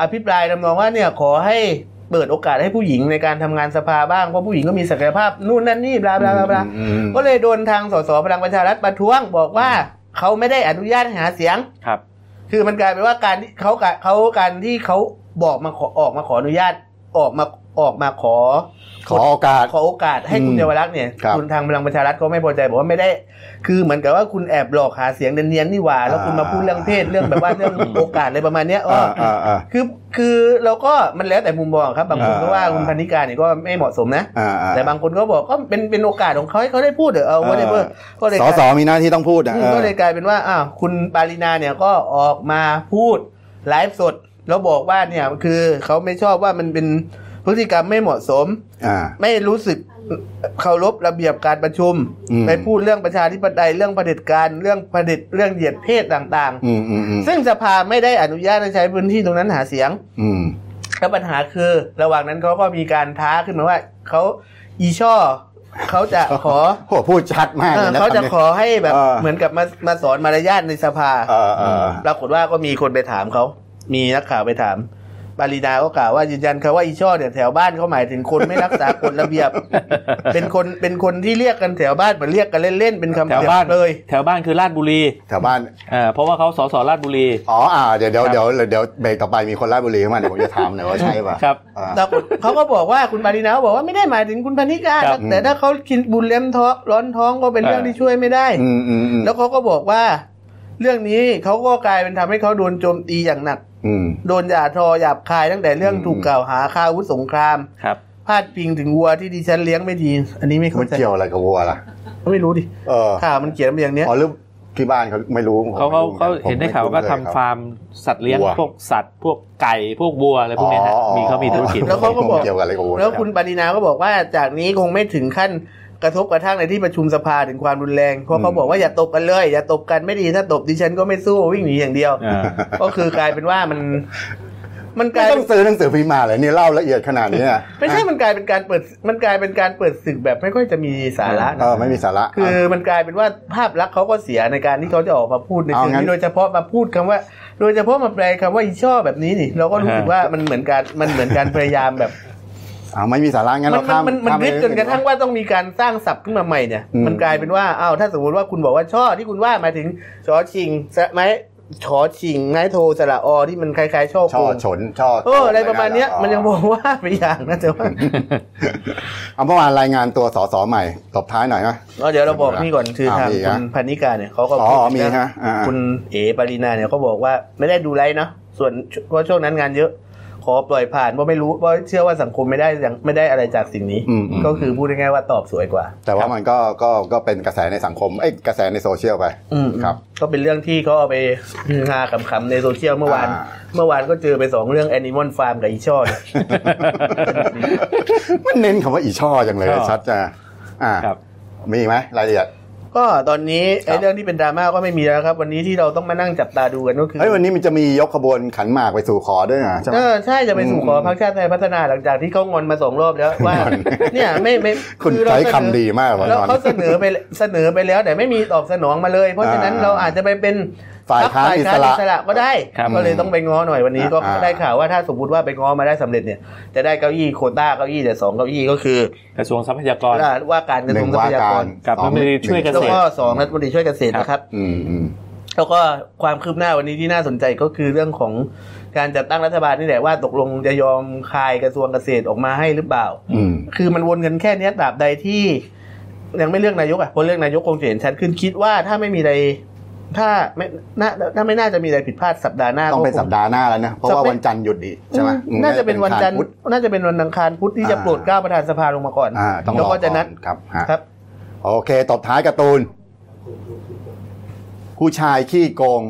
C: อภิปรายทำนองว่าเนี่ยขอให้เปิดโอกาสให้ผู้หญิงในการทำงานสภาบ้างเพราะผู้หญิงก็มีศักยภาพนู่นนั่นนี่บลาบลาบลาบลา
A: อืมอืม
C: ก็เลยโดนทางสสพลังประชารัฐประท้วงบอกว่าเขาไม่ได้อนุญาตหาเสียง
B: ครับ
C: คือมันกลายเป็นว่าการที่เขากะเขาการที่เขาบอกมาขอออกมาขออนุญาตออกมาออกมาขอ
A: ขอโอกาส
C: ขอโอกาสให้คุณ
A: อืม
C: เยาวรักษณ์เนี่ย
A: ครับ
C: ณทางพลังประชารัฐก็ไม่พอใจบอกว่าไม่ได้ คือเหมือนกับว่าคุณแอบหลอกหาเสียงเนียนๆนี่หว่า แล้วคุณมาพูดเรื่องเพศเรื่องแบบว่าเรื่อง โอกาสอะไรประมาณเนี้ยอ้ออา
A: อ่า
C: คือคือเราก็มันแล้วแต่มุมมองครับบางคนก็ว่า
A: อ่า
C: คุณพันธิการเนี่ยก็ไม่เหมาะสมนะ
A: อ่าอ่า
C: แต่บางคนก็บอกก็เป็นเป็นโอกาสของเขาให้เขาได้พูดเถอะเอา whatever ก็เลย
A: ส
C: ก
A: อ
C: ลาย
A: สอมีหน้าที่ต้องพูดอ่ะ
C: อืม
A: เออ
C: ก็เลยกลายเป็นว่าอ้าวคุณปารินาเนี่ยก็ออกมาพูดไลฟ์สด แล้วบอกว่าเนี่ยคือเขาไม่ชอบว่ามันเป็นพฤติกรรมไม่เหมาะสม
A: อ่า
C: ไม่รู้สึกเคารพระเบียบการประชุม
A: อืม
C: ไปพูดเรื่องประชาธิปไตยเรื่องเผด็จการเรื่องเผด็จเรื่องเหยียดเพศต่าง
A: อืมอืมอืม
C: ๆ ซึ่งสภาไม่ได้อนุญาตให้ใช้พื้นที่ตรงนั้นหาเสียง
A: อืม
C: แล้วปัญหาคือระหว่างนั้นเขาก็มีการท้าขึ้นมาว่าเขาอีช่อเขาจะขอ
A: โหพูดชัดมาก
C: เอ
A: ล
C: อย
A: น
C: เขาจะ
A: คำนี้
C: ขอให้แบบ
A: เออ
C: เหมือนกับมามาสอนมารยาทในสภา
A: เออเออ
C: ปรากฏว่าก็มีคนไปถามเขา มีนักข่าวไปถาม ปารีดาก็กล่าวว่ายืนยันครับว่าอีช่อเนี่ยแถวบ้านเขาหมายถึงคนไม่รักษากฎระเบีย บ เป็นคนเป็นคนที่เรียกกันแถวบ้านเหมือนเรียกกันเล่นๆเป็นคำ
B: แถวบ้าน
C: เรียกเลย
B: แถวบ้านคือราชบุรี
A: แถวบ้าน
B: เอ่อเพราะว่าเขาสสราชบุรี
A: อ๋ออ่าเดี๋ยวเดี๋ยว
B: ครับ
A: เดี๋ยวเดี๋ยวเบรกต่อไปมีคนราชบุรีเข้ามาเดี๋ยวผมจะถามหน่อยว่าใช่ป่ะ
B: ครับ
A: อ่า
C: แต่เขาก็บอกว่าคุณปารีนาบอกว่าไม่ได้หมายถึงคุณพนิกา
B: ครับ
C: แต่ถ้าเขากินบุญเลี้ยมท้องร้อนท้องก็เป็นเรื่องที่ช่วยไม่ได้
A: อืมอืมอืม
C: แล้วเขาก็บอกว่า เรื่องนี้เขาก็กลายเป็นทำให้เขาโดนโจมตีอย่างหนัก
A: อืม
C: โดนด่าทอหยาบคายตั้งแต่เรื่อง
A: อืม
C: ถูกกล่าวหาค่าอาวุธสงคราม
B: ครับ
C: พาดพิงถึงวัวที่ดิฉันเลี้ยงไม่ดี อันนี้ไม่เข้า
A: มัน
C: ใจ
A: เกี่ยวอะไรกับวัวล่ะ
C: ไม่รู้ดิ
A: เออ
C: ข่าวมันเขียนมาอย่างเนี้ย
A: อ๋อหรือที่บ้านเขาไม่รู้ผม
B: เขาเขาเขา
A: ผมม่
B: เห็นได้ข่าวก็
A: ผ
B: ทำ
A: มไม่
B: ฟาร์มสัตว์เลี้ยง
A: วัว
B: พวกสัตว์ พวกไก่พวกวัวอะไรพวกเนี้ยฮะ
A: อ๋ออ๋อ
B: มีเขามีธุรกิจ
C: แล้วเขาก็บอก
A: เกี่ยวกับอะไรกับวัว
C: แล้วคุณปารินาก็บอกว่าจากนี้คงไม่ถึงขั้นกระทบกระทั่งในที่ประชุมสภาถึงความรุนแรงเพราะเขาบอกว่าอย่าตบกันเลย อย่าตบกันไม่ดีถ้าตบดิฉันก็ไม่สู้วิ่งหนีอย่างเดียว
B: อ่า
C: ก็คือกลายเป็นว่ามัน มันก
A: ไม่
C: ลาย
A: ต้องซื้อหนังสือพิมพ์มาเลยนี่เล่าละเอียดขนาดนี้อะ
C: ไม่ใช่มันกลายเป็นการเปิด มันกลายเป็นการเปิดศึกแบบไม่ค่อยจะมีสาระนะ
A: เออไม่มีสาระ
C: คือมันกลายเป็นว่าภาพลักษณ์เขาก็เสียในการที่เขาจะออกมาพูดใน
A: เอา
C: เชิง
A: งั้น
C: นี้โดยเฉพาะมาพูดคำว่า โดยเฉพาะมาแปลคำว่าอีช่อแบบนี้นี่เราก็รู้สึกว่ามันเหมือนการมันเหมือนการพยายามแบบ
A: อ่าไม่มีสาระงั้น
C: มั
A: เรา
C: น
A: ข้าม
C: มันมัน
A: ข้า
C: ริบ
A: ไป
C: จนกระทั่งว่าต้องมีการสร้างศัพท์ขึ้นมาใหม่เนี่ย
A: อืม
C: มันกลายเป็นว่าอ้าวถ้าสมมติว่าคุณบอกว่าช่อที่คุณว่าหมายถึงชอชิงสะไม้ชอชิงไม้โทสระออที่มันคล้ายๆช่อโก
A: ช่องฉนช่อ
C: เอออะไรประมาณเนี้ยมันยังบอกว่าไปอย่างนะแต่ว่า
A: เอาเมื่อวานรายงานตัวสสใหม่ตบท้ายหน่อยนะ
C: เอาเดี๋ยวเราบอกนี่ก่อนคือทา
A: อ่า
C: ง
A: มีอีก
C: คุ
A: อ่ะ
C: ณพันนิกาเนี่ยเขาก็
A: อ๋อ
C: พูด
A: มี
C: นะ
A: ฮะอ่าๆ
C: คุณเอ๋ปารีนาเนี่ยเขาบอกว่าไม่ได้ดูไลฟ์เนาะส่วนเพราะช่วงนั้นงานเยอะ ขอปล่อยผ่านเพราะไม่รู้เพราะเชื่อว่าสังคมไม่ได้อย่างไม่ได้อะไรจากสิ่งนี้
A: อืมอืม
C: ก็คือพูดง่ายๆว่าตอบสวยกว่า
A: แต่ว่ามันก็ก็ก็เป็นกระแสในสังคมเอ้ยกระแสในโซเชียลไป
C: อืม
A: ครับ
C: ก็เป็นเรื่องที่เขาเอาไปฮือฮาขำๆในโซเชียลเมื่อวาน
A: อ่า
C: เมื่อวานก็เจอไปสองเรื่อง Animal Farm กับอีช่อเนี่ย
A: มันเน้นคำว่าอีช่อจังเลย
B: ชอบ
A: ชัดจ้ะอ่า
B: ครับ
A: มีอีกไหมรายละเอียด
C: ก็ตอนนี้
A: ครั
C: ไอ้
A: บ
C: เรื่องที่เป็นดราม่าก็ไม่มีแล้วครับ วันนี้ที่เราต้องมานั่งจับตาดูกันก็คือ
A: เฮ้ยวันนี้มันจะมียกขบวนขันหมากไปสู่ขอด้วยนะใช่ไหม
C: เออใช่จะไปสู่ขอพักชาติไทยพัฒนาหลังจากที่เขางอนมาสองรอบ แล้วว่า
A: งอน
C: เนี่ยไม่ไม่
A: คุณ
C: อเรา
A: ใช้
C: เสนอ
A: คำดีมากวัน
C: แล้ว
A: นอน
C: เขาเสนอไปเสนอไปแล้วแต่ไม่มีตอบสนองมาเลย เพราะฉะนั้นเราอาจจะไปเป็น
A: ฝ่ายค้าน
C: พรรค
A: อิ
C: ฝ่
A: สระ
C: อิสระก็ได้
B: ครับ
C: ก็เลยต้องไปง้อหน่อยวันนี้ก็
A: อ่า
C: ได้ข่าวว่าถ้าสมมติว่าไปง้อมาได้สำเร็จเนี่ยจะได้เก้าอี้โควต้าเก้าอี้แต่สองเก้าอี้ก็คือก
B: ระทรวงทรัพยากร
C: ว่าการกระ
A: ห
C: ทร
A: นึ่
C: ว
A: ง
C: งทรั
A: ว่า
C: พยาก
A: การ ร
B: กับ
A: สอง
B: รัฐมนตรีช่วยเกษตร
C: แล้วก็สองรัฐมนตรีช่วยเกษตรนะครับ
A: อืมอืม
C: แล้วก็ความคืบหน้าวันนี้ที่น่าสนใจก็คือเรื่องของการจัดตั้งรัฐบาลนี่แหละว่าตกลงจะยอมคายกระทรวงเกษตรออกมาให้หรือเปล่า
A: อืม
C: คือมันวนกันแค่เนี้ยตราบใดที่ ยังไม่เลือกนายกอ่ะพอเลือกนายกคงจะเห็นชัดขึ้นคิดว่าถ้าไม่มีอะไร ถ้าไม่น่าถ้าไม่น่าจะมีอะไรผิดพลาดสัปดาห์หน้า
A: ต้องเป็น
C: ก็ค
A: สัปดาห์หน้าแล้วนะ เพราะว่าวันจันทร์หยุดอีกใช่ไหม
C: อืน่าจะเป็นวันจันทร์
A: พุธ
C: น่าจะเป็นวันอังคารพุธที่จะ
A: อ่า
C: โปรดเกล้าประธานสภาลงมาก่อน
A: อ่าต้องร
C: แล้ว
A: อ
C: ก็จะนัด
A: ก่อนครับฮะ
C: ครับ
A: โอเคตบท้ายการ์ตูน ผู้ชายขี้โกง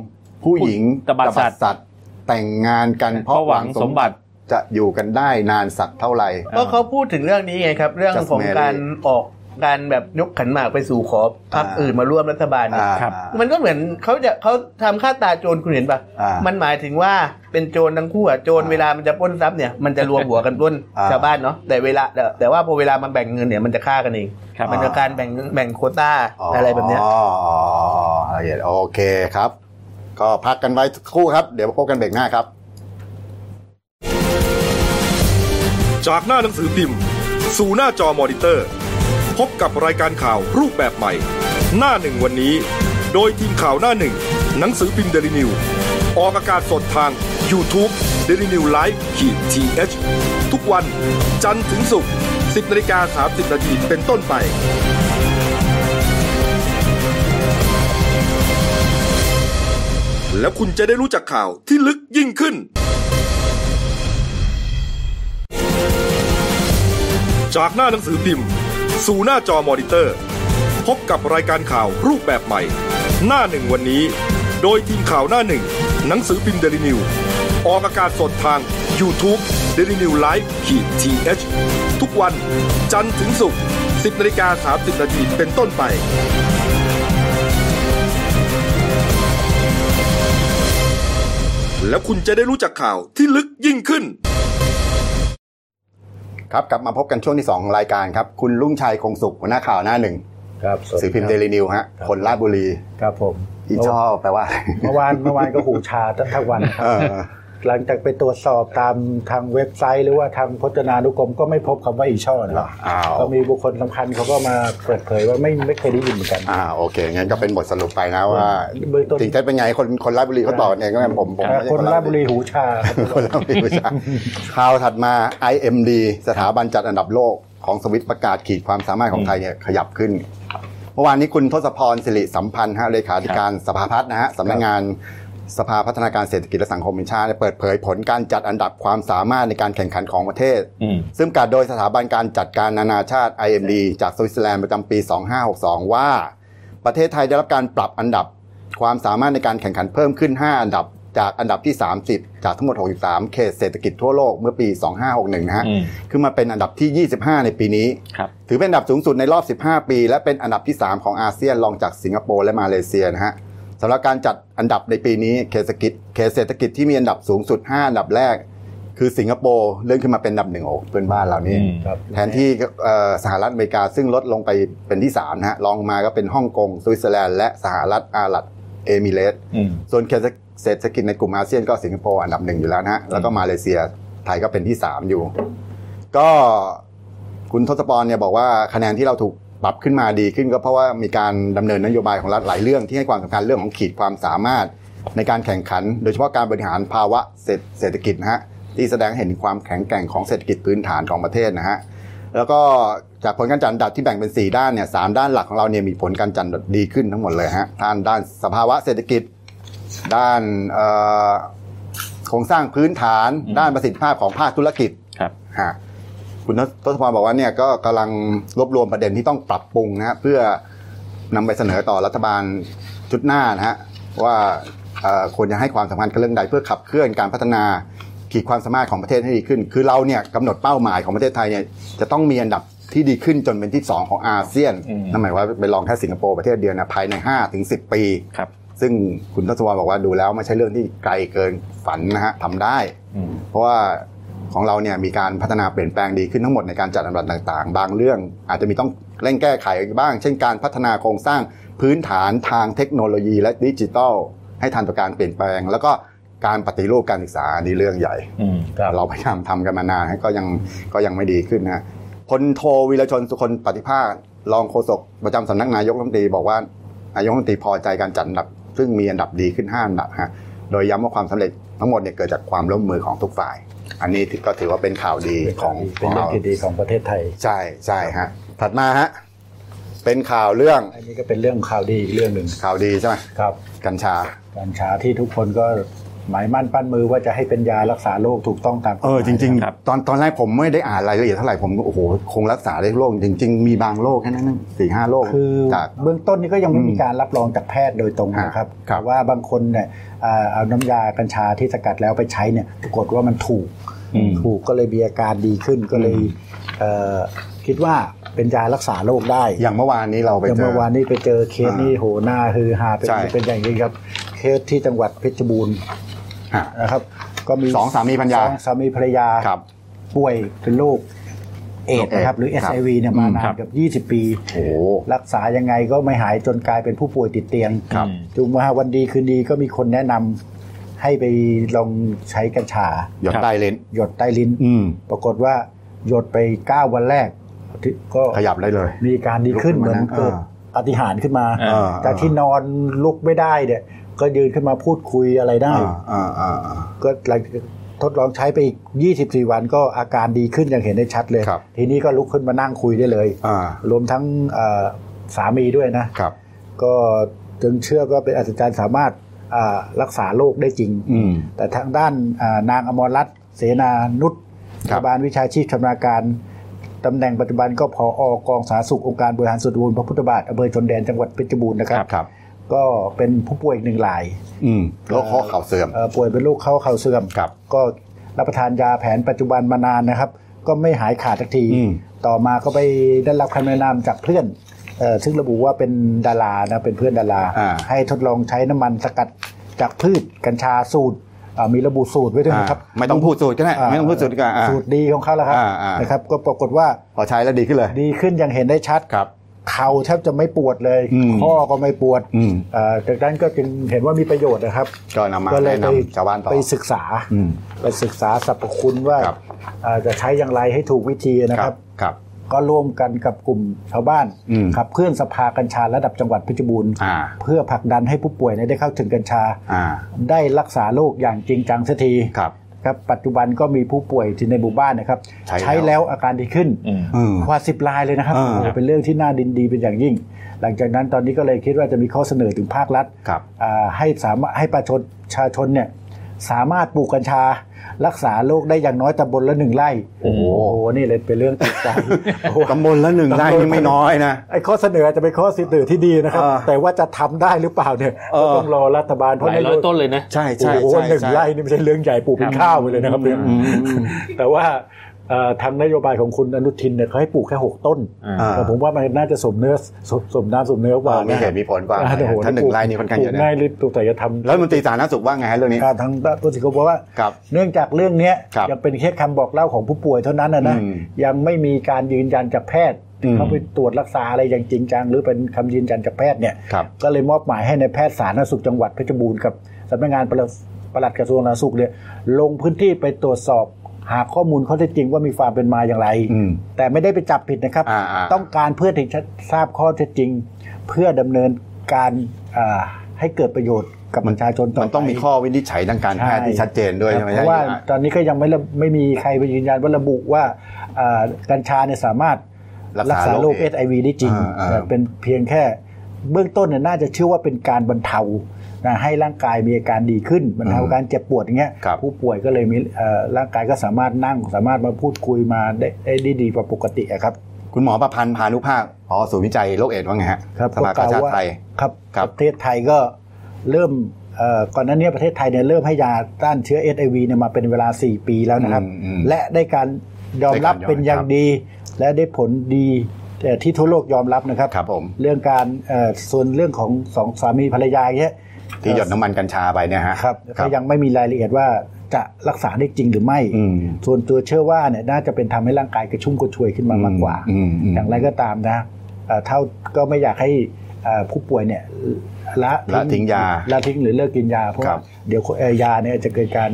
A: ผู้หญิง
B: ตบัดสั
A: ต
B: ตว์
A: ว์ แต่งงานกันเพ
B: เพราะ
A: ราะ
B: ห
A: ห
B: วั
A: วั
B: ง
A: ง
B: ส
A: ส
B: ม
A: ม
B: บั
A: บัติ
B: ติ
A: จะอยู่กันได้นานสักเท่าไหร่
C: ก็เขาพูดถึงเรื่องนี้ไงครับ เรื่อง
A: Just
C: ของ
A: marry
C: การออกการแบบยกขันหมากไปสู่ขอพรรค
A: อ่า
C: อื่นมาร่วมรัฐบาลเนี่ย
A: อ่า
B: ครับ
C: มันก็เหมือนเขาจะเขาทำค่าตาโจรคุณเห็นปะ
A: อ่ามั
C: มันหมายถึงว่าเป็นโจรทั้งคู่อะโจร
A: อ่า
C: เวลามันจะปล้นทรัพย์เนี่ยมันจะรวมหัวกันปล้น
A: อ่า
C: ชาวบ้านเนาะแต่เวลาแต่แต่ว่าพอเวลามันแบ่งเงินเนี่ยมันจะฆ่ากันเอง
B: ครับ
C: มันจะการแบ่งแบ่งโควต้าอะไรแบบเนี้ย
A: อ๋อละเอียดโอเคครับ ก็พักกันไว้สักครู่ครับ เดี๋ยวพบกันเบรกหน้าครับ
D: จากหน้าหนังสือพิมพ์ สู่หน้าจอมอนิเตอร์ พบกับรายการข่าวรูปแบบใหม่ หน้าหนึ่งวันนี้ โดยทีมข่าวหน้าหนึ่ง หนังสือพิมพ์เดลิวิวออกอากาศสดทาง YouTube d e l i n e w l i v e ขีดทีเทุกวันจันทร์ถึงศุกร์10นาฬิกา30นาทีเป็นต้นไป แล้วคุณจะได้รู้จักข่าวที่ลึกยิ่งขึ้น จากหน้าหนังสือพิมพ์ สู่หน้าจอมอนิเตอร์ พบกับรายการข่าวรูปแบบใหม่ หน้าหนึ่งวันนี้ โดยทีมข่าวหน้าหนึ่ง หนังสือพิมพ์เดลิวิวออกอากาศสดทาง YouTube d e l i n e w l i v e ขีดทีเทุกวันจันทร์ถึงศุกร์10นาฬิกา30นาทีเป็นต้นไป แล้วคุณจะได้รู้จักข่าวที่ลึกยิ่งขึ้น
A: ครับกลับมาพบกันช่วงที่ 2 ของรายการครับ คุณลุงชัยคงสุขหัวหน้าข่าวหน้าหนึ่ง
E: ครับสวัส
A: สื
E: ดี
A: อพิมพ์เด
E: ครับ
A: ลินิวฮะ
E: ครับ
A: คนราชบุรี
E: ครับผม
A: อีช่อแปลว่าอะไร
E: เมื่อวานเมื่อวานก็หูชาทั้งทั้งวันนะครับ
A: เออ
E: หลังจากไปตรวจสอบตามทางเว็บไซต์ หรือว่าทางพจนานุกรมก็ไม่พบคำว่าอีช่อนะ
A: เหรออ้าว
E: ก็มีบุคคลสำคัญเขาก็มาเปิดเผยว่าไม่ไม่เคยได้ยินเหมือนกัน
A: อ่าโอเค งั้นก็เป็นบทสรุปไปนะว่า
E: เบื้องต้น
A: จริงเท็จเป็นไงคนคนราชบุรีเขาตอบเองก็ไม่ผมผมไม่
E: แต่
A: ใช่
E: คนราชบุรีหูชา
A: คนราชบุรีไม่ใช่ข่าวถัดมา IMD สถาบันจัดอันดับโลกของสวิตประกาศขีดความสามารถของไทยเนี่ยขยับขึ้น เมื่อวานนี้คุณทศพรสิริสัมพันธ์ฮะเลขาธิการสภาพัฒน์นะฮะสำนักงานสภาพัฒนาการเศรษฐกิจและสังคมแห่งชาติเนี่ยเปิดเผยผลการจัดอันดับความสามารถในการแข่งขันของประเทศ
B: อืม
A: ซึ่งประกาศโดยสถาบันการจัดการนานาชาติ IMD จากสวิตเซอร์แลนด์ประจำปี 2562 ว่า ประเทศไทยได้รับการปรับอันดับความสามารถในการแข่งขันเพิ่มขึ้น 5 อันดับ จากอันดับที่ 30 จากทั้งหมด 63 เขตเศรษฐกิจทั่วโลกเมื่อปี 2561 นะฮะ
B: อืม
A: คือมาเป็นอันดับที่ 25 ในปีนี้
B: ครับ
A: ถือเป็นอันดับสูงสุดในรอบ 15 ปี และเป็นอันดับที่ 3 ของอาเซียนรองจากสิงคโปร์และมาเลเซียนะฮะสำหรับการจัดอันดับในปีนี้เขตเศรษฐกิจเขตเศรษฐกิจที่มีอันดับสูงสุด 5 อันดับแรก คือสิงคโปร์เลื่อนขึ้นมาเป็นอันดับหนึ่งโอ้เพื่อนบ้านเรานี่
B: อืม
E: ครับ
A: แทนที่เอ่อสหรัฐอเมริกาซึ่งลดลงไปเป็นที่3นะฮะรองมาก็เป็นฮ่องกงสวิตเซอร์แลนด์และสหรัฐอาหรับเอมิเรตส์
B: อืม
A: ส่วนเขตเศรษฐกิจในกลุ่มอาเซียนก็สิงคโปร์อันดับหนึ่งอยู่แล้วนะฮะแล้วก็มาเลเซียไทยก็เป็นที่ 3 อยู่ ก็คุณทศพรเนี่ยบอกว่าคะแนนที่เราถูกปรับขึ้นมาดีขึ้นก็เพราะว่ามีการดำเนินนโยบายของรัฐหลายเรื่องที่ให้ความสำคัญเรื่องของขีดความสามารถในการแข่งขัน โดยเฉพาะการบริหารภาวะเศรษฐกิจนะฮะที่แสดงให้เห็นถึงความแข็งแกร่งของเศรษฐกิจพื้นฐานของประเทศนะฮะแล้วก็จากผลการจัดอันดับที่แบ่งเป็น 4 ด้านเนี่ยสามด้านหลักของเราเนี่ยมีผลการจัดอันดับดีขึ้นทั้งหมดเลยฮะด้านด้านสภาวะเศรษฐกิจ ด้านเอ่อโครงสร้างพื้นฐาน
B: อืม
A: ด้านประสิทธิภาพของภาคธุรกิจ
B: ครับ
A: ฮะคุณทศพรบอกว่าเนี่ยก็กำลังรวบรวมประเด็นที่ต้องปรับปรุงนะฮะเพื่อนำไปเสนอต่อรัฐบาลชุดหน้านะฮะว่าเอ่อควรจะให้ความสำคัญกับเรื่องใดเพื่อขับเคลื่อนการพัฒนาขีดความสามารถของประเทศให้ดีขึ้น คือเราเนี่ยกำหนดเป้าหมายของประเทศไทยเนี่ยจะต้องมีอันดับที่ดีขึ้นจนเป็นที่สองของอาเซียน
B: อืม
A: นั่นหมายความว่าไปลองแค่สิงคโปร์ประเทศเดียวนะภายใน5ถึง10 ปี
B: ครับ
A: ซึ่งคุณทศวรบอกว่าดูแล้วไม่ใช่เรื่องที่ไกลเกินฝันนะฮะทำได้
B: อืม
A: เพราะว่าของเราเนี่ยมีการพัฒนาเปลี่ยนแปลงดีขึ้นทั้งหมดในการจัดอันดับต่างๆ บางเรื่องอาจจะมีต้องเร่งแก้ไขบ้าง เช่นการพัฒนาโครงสร้างพื้นฐานทางเทคโนโลยีและดิจิทัล ให้ทันต่อการเปลี่ยนแปลง แล้วก็การปฏิรูปการศึกษาอันนี่เรื่องใหญ่
B: อืม
E: ครับ
A: เราพยายามทำกันมานานก็ยังก็ยังไม่ดีขึ้นนะพลโทวีรชนสุคนปฏิภาครองโฆษกประจำสำนักนายกรัฐมนตรีบอกว่านายกรัฐมนตรีพอใจการจัดอันดับ ซึ่งมีอันดับดีขึ้น5อันดับฮะโดยย้ำว่าความสำเร็จทั้งหมดเนี่ยเกิดจากความร่วมมือของทุกฝ่าย อันนี้ก็ถือว่าเป็นข่าวดีของข
E: เป็น
A: อง
E: เรื่อง
A: เรา
E: ที่ดีของประเทศไทย
A: ใช่ใช่ฮะถัดมาฮะเป็นข่าวเรื่อง
E: อันนี้ก็เป็นเรื่องข่าวดีอีกเรื่องหนึ่ง
A: ข่าวดีใช่ไหม
E: ครับ
A: กัญชา
E: กัญชาที่ทุกคนก็หมายมั่นปั้นมือว่าจะให้เป็นยารักษาโรคถูกต้องตามกฎห
A: เอ
E: มา
A: อ
E: ย
A: จริง
B: ครับ
A: ๆ ตอนตอนแรกผมไม่ได้อ่านรายละเอียดเท่าไหร่ผมก็โอ้โหคงรักษาได้ทุกโรคจริง ๆ มีบางโรคแค่นั้นนะสี่ห้าโรค
E: คือ
A: จาก
E: เบื้องต้นนี่ก็ยังไม่
A: อืม
E: มีการรับรองจากแพทย์โดยตรงนะครับ
A: ครับ
E: แต่ว่าบางคนเนี่ยอ่าเอาน้ำยากัญชาที่สกัดแล้วไปใช้เนี่ยปรากฏว่ามันถูก ถูกก็เลยมีอาการดีขึ้นก็เลยเอ่อคิดว่าเป็นยารักษาโรคได้
A: อย่างเมื่อวานนี้เราไป
E: อย่าง
A: เจอ
E: เมื่อวานนี้ไปเจอเคสนี่โหหน้าฮือฮาเป็น
A: ใช่
E: เป็นอย่างนี้ครับ เคสที่จังหวัดเพชรบูรณ์
A: ฮะ
E: นะครับ ก็มี
A: สองสามีพัญญา
E: สองสามีภรรยา
A: ครับ
E: ป่วยเป็นโรคเอดส์นะครับ หรือ
A: ครับ
E: SIV เนี่ยมานา
B: ครั
E: น
B: บ
E: เกือบ20 ปี
A: โอ้โห
E: รักษายังไงก็ไม่หายจนกลายเป็นผู้ป่วยติดเตียง
A: ครับ
E: จูงมาวันดีคืนดีก็มีคนแนะนำให้ไปลองใช้กัญชา
A: หยดใต้เลนส์
E: หยดใต้ลิ้น
A: อืม
E: ปรากฏว่าหยดไป 9 วันแรกที่ก็
A: ขยับได้เลย
E: มีการดีขึ้น
A: ลุกขึ้นมา
E: เหมือน
A: นะ
E: เกิด
A: อ่า
E: ปาฏิหารย์ขึ้นมา
B: เอ
A: เออ
E: จากที่นอนลุกไม่ได้เนี่ย ก็ยืนขึ้นมาพูดคุยอะไรได้
A: อ่าอ่าอ่าอ่า
E: ก็หลังทดลองใช้ไปอีก 24 วันก็อาการดีขึ้นอย่างเห็นได้ชัดเลย
A: ครับ
E: ทีนี้ก็ลุกขึ้นมานั่งคุยได้เลย
A: อ่าร
E: วมทั้งเอ่อสามีด้วยนะ
A: ครับ
E: ก็จึงเชื่อว่าเป็นอาจารย์สามารถอ่ารักษาโรคได้จริง
A: อืม
E: แต่ทางด้านอ่านางอมรรัตน์เสนานุช
A: ครับ
E: บาลวิชาชีพชำนาญการตำแหน่งปัจจุบันก็พออกองสาธารณสุของค์การบริหารส่วนตำบลพระพุทธบาทอำเภอชนแดนจังหวัดเพชรบูรณ์นะครับ
A: ครับ
E: ก็เป็นผู้ป่วยอีกหนึ่งราย
A: อืมโรคข้อเข่าเสื่อม
E: เอ่อป่วยเป็นโรคเข้าเข่าเสื่อม
A: ครับ
E: ก็รับประทานยาแผนปัจจุบันมานานนะครับ ก็ไม่หายขาดสักที
A: อืม
E: ต่อมาก็ไปได้รับคำแนะนำจากเพื่อนเอ่อซึ่งระบุว่าเป็นดารานะเป็นเพื่อนดารา
A: อ่า
E: ให้ทดลองใช้น้ำมันสกัดจากพืชกัญชาสูตรเอ่อมีระบุสูตรไว้ด้วยนะครับ
A: อ่าไม่ต้องพูดสูตรก็ได้ไม่ต้องพูดสูตรก็ได้อ่า
E: สูตรดีของเขาแล้วครับ
A: อ่าอ่าน
E: นะครับ ก็ปรากฏว่า
A: พอใช้แล้วดีขึ้นเลย
E: ดีขึ้นอย่างเห็นได้ชัด
A: ครับ
E: เข่าแทบจะไม่ปวดเลย
A: อืม
E: ข้อก็ไม่ปวด
A: อืม
E: เอ่อจากนั้นก็จึงเห็นว่ามีประโยชน์นะครับ
A: ก็นำมา
E: ก็เลย
A: แนะ
E: ไป
A: นำชาวบ้านต่อ
E: ไปศึกษา
A: อืม
E: ไปศึกษาสรรพคุณว่า
A: ครับ
E: เอ่อจะใช้อย่างไรให้ถูกวิธีนะครับ
A: ครับ
E: ก็ร่วมกันกับกลุ่มชาวบ้าน
A: อืม
E: ขับเคลื่อนสภากัญชาระดับจังหวัดเพชรบูรณ์
A: อ่า
E: เพื่อผลักดันให้ผู้ป่วยเนี่ยได้เข้าถึงกัญชา
A: อ่า
E: ได้รักษาโรคอย่างจริงจังเสักที
A: ครับ
E: ครับปัจจุบันก็มีผู้ป่วยที่ในหมู่บ้านนะครับ
A: ใช้แล้ว
E: แล้วอาการดีขึ้น
B: อืม
A: อืม
E: กว่าสิบลายเลยนะครับ
A: อ่า
E: โอ้โหเป็นเรื่องที่น่าดินดีเป็นอย่างยิ่ง หลังจากนั้นตอนนี้ก็เลยคิดว่าจะมีข้อเสนอถึงภาครัฐ
A: ครับ
E: อ่าให้สามารถให้ประชาชนประชาชนเนี่ยสามารถปลูกกัญชา รักษาโรคได้อย่างน้อยตำบลละหนึ่งไร่
A: โอ้โห
E: นี่เลยเป็นเรื่องติดใจโอ้โห
A: ตำบลละหนึ่ง
E: ตำบล
A: ไร่นี่ไม่น้อยนะ
E: ไอ้ข้อเสนออาจจะเป็นข้อเสนอที่ดีนะครับ
A: เออ
E: แต่ว่าจะทำได้หรือเปล่าเนี่ย
A: เออ
E: ก็ต้องรอรัฐบาลเพ
B: ห
E: ราะ
B: ลายร้อยต้นเลยนะ
A: ใช่
E: โอ้
A: ใช่
E: โห
A: ใช่
E: หนึ่ง
A: ใช่
E: ไร่นี่ไม่ใช่เรื่องใหญ่ปลูกเป็นข้าวไปเลยนะครับเนี่ย
B: อืม
E: แต่ว่าเอ่อทางนโยบายของคุณอนุทินเนี่ยเขาให้ปลูกแค่หกต้น
A: อ่า
E: แต่ผมว่ามันน่าจะสมเนื้อสมสมน้ำสมเนื้อก
A: เอ
E: ว่า
A: อมี
E: นะ
A: เหตุมีผลกว่า
E: อ่แต่โ
A: ถ้าหนึ่งไร่นี่ค่อนข้างเยอะ
E: ปลู
A: นะ
E: กง่ายหรือปลูกแต่จะทำ
A: แล้วรัฐมนตรีสาธารณสุขว่าไงฮะเรื่องนี้
E: การทางตัวสิงคโปร์ว่า
A: ครับ
E: เนื่องจากเรื่องเนี้ย
A: ครับ
E: ยังเป็นแค่คำบอกเล่าของผู้ป่วยเท่านั้นนะนะ
A: อืม
E: ยังไม่มีการยืนยันจากแพทย์
A: อืม
E: เขาไปตรวจรักษาอะไรอย่างจริงจังหรือเป็นคำยืนยันจากแพทย์เนี่ย
A: ครับ
E: ก็เลยมอบหมายให้ในายแพทย์สาธารณสุขจังหวัดเพชรบูรณ์กับสำนักงานปลัดปลัดกระทรวงสาธารณสุขเนี่ยลงพื้นที่ไปตรวจสอบ หาข้อมูลข้อเท็จจริงว่ามีความเป็นมาอย่างไร
A: อืม
E: แต่ไม่ได้ไปจับผิดนะครับ
A: อ่าๆ
E: ต้องการเพื่อที่จะทราบข้อเท็จจริง เพื่อดำเนินการอ่าให้เกิดประโยชน์กับประชาชนต่อ
A: มันต้องมี
E: ไป
A: ข้อวินิจฉัยทางการแพทย์ที่ชัดเจนด้วยใช่ไหม
E: เพ
A: ใช่
E: ราะว่า
A: อ่ะ
E: ตอนนี้ก็ยังไม่ระไม่มีใครไปยืนยันว่าระบุว่าเอ่อกัญชาเนี่ยสามารถ
A: รักษา
E: โรค
A: โรค
E: เอชไอวีได้จริง
A: อ่าอ่า
E: แต่เป็นเพียงแค่เบื้องต้นเนี่ยน่าจะเชื่อว่าเป็นการบรรเทานะให้ร่างกายมีอาการดีขึ้นบรรเทา
A: อืม
E: การเจ็บปวดอย่างเงี้ย
A: ครับ
E: ผู้ป่วยก็เลยมีเอ่อร่างกายก็สามารถนั่ง สามารถมาพูดคุยมาได้ได้ได้ดีกว่าปกติอะครับ
A: คุณหมอประพันธ์พานุภาคพอศูนย์วิจัยโรคเอดส์ว่าไงฮะ
E: ครับ
A: สภากาชาติไทย
E: ครับ
A: ครับ
E: ประเทศไทยก็เริ่มเอ่อก่อนหน้านี้ประเทศไทยเนี่ยเริ่มให้ยาต้านเชื้อ HIV เนี่ยมาเป็นเวลา 4 ปีแล้วนะครับ
A: อืมอืม
E: และได้การยอมรับ
A: ได้การยอม
E: เป็นอย่าง
A: ครับ
E: ดี และได้ผลดีแต่ที่ทั่วโลกยอมรับนะครับ
A: ครับผม
E: เรื่องการเอ่อส่วนเรื่องของสองสามีภรรยาเนี่ย
A: ที่หยดน้ำมันกัญชาไปเนี่ยฮะ
E: ครับ
A: ค
E: ก็
A: รับ
E: ยังไม่มีรายละเอียดว่าจะรักษาได้จริงหรือไม่
A: อืม
E: ส่วนตัวเชื่อว่าเนี่ยน่าจะเป็นทำให้ร่างกายกระชุ่มกระชวยขึ้นมามากกว่า
A: อืมอืม
E: อย่างไรก็ตามนะเอ่อเท่าก็ไม่อยากให้เอ่อผู้ป่วยเนี่ยละ
A: ละทิ้งยา
E: ละทิ้งหรือเลิกกินยา เพราะ
A: ครั
E: ว่า
A: บ
E: เดี๋ยวเอ่อยาเนี่ยจะเกิดการ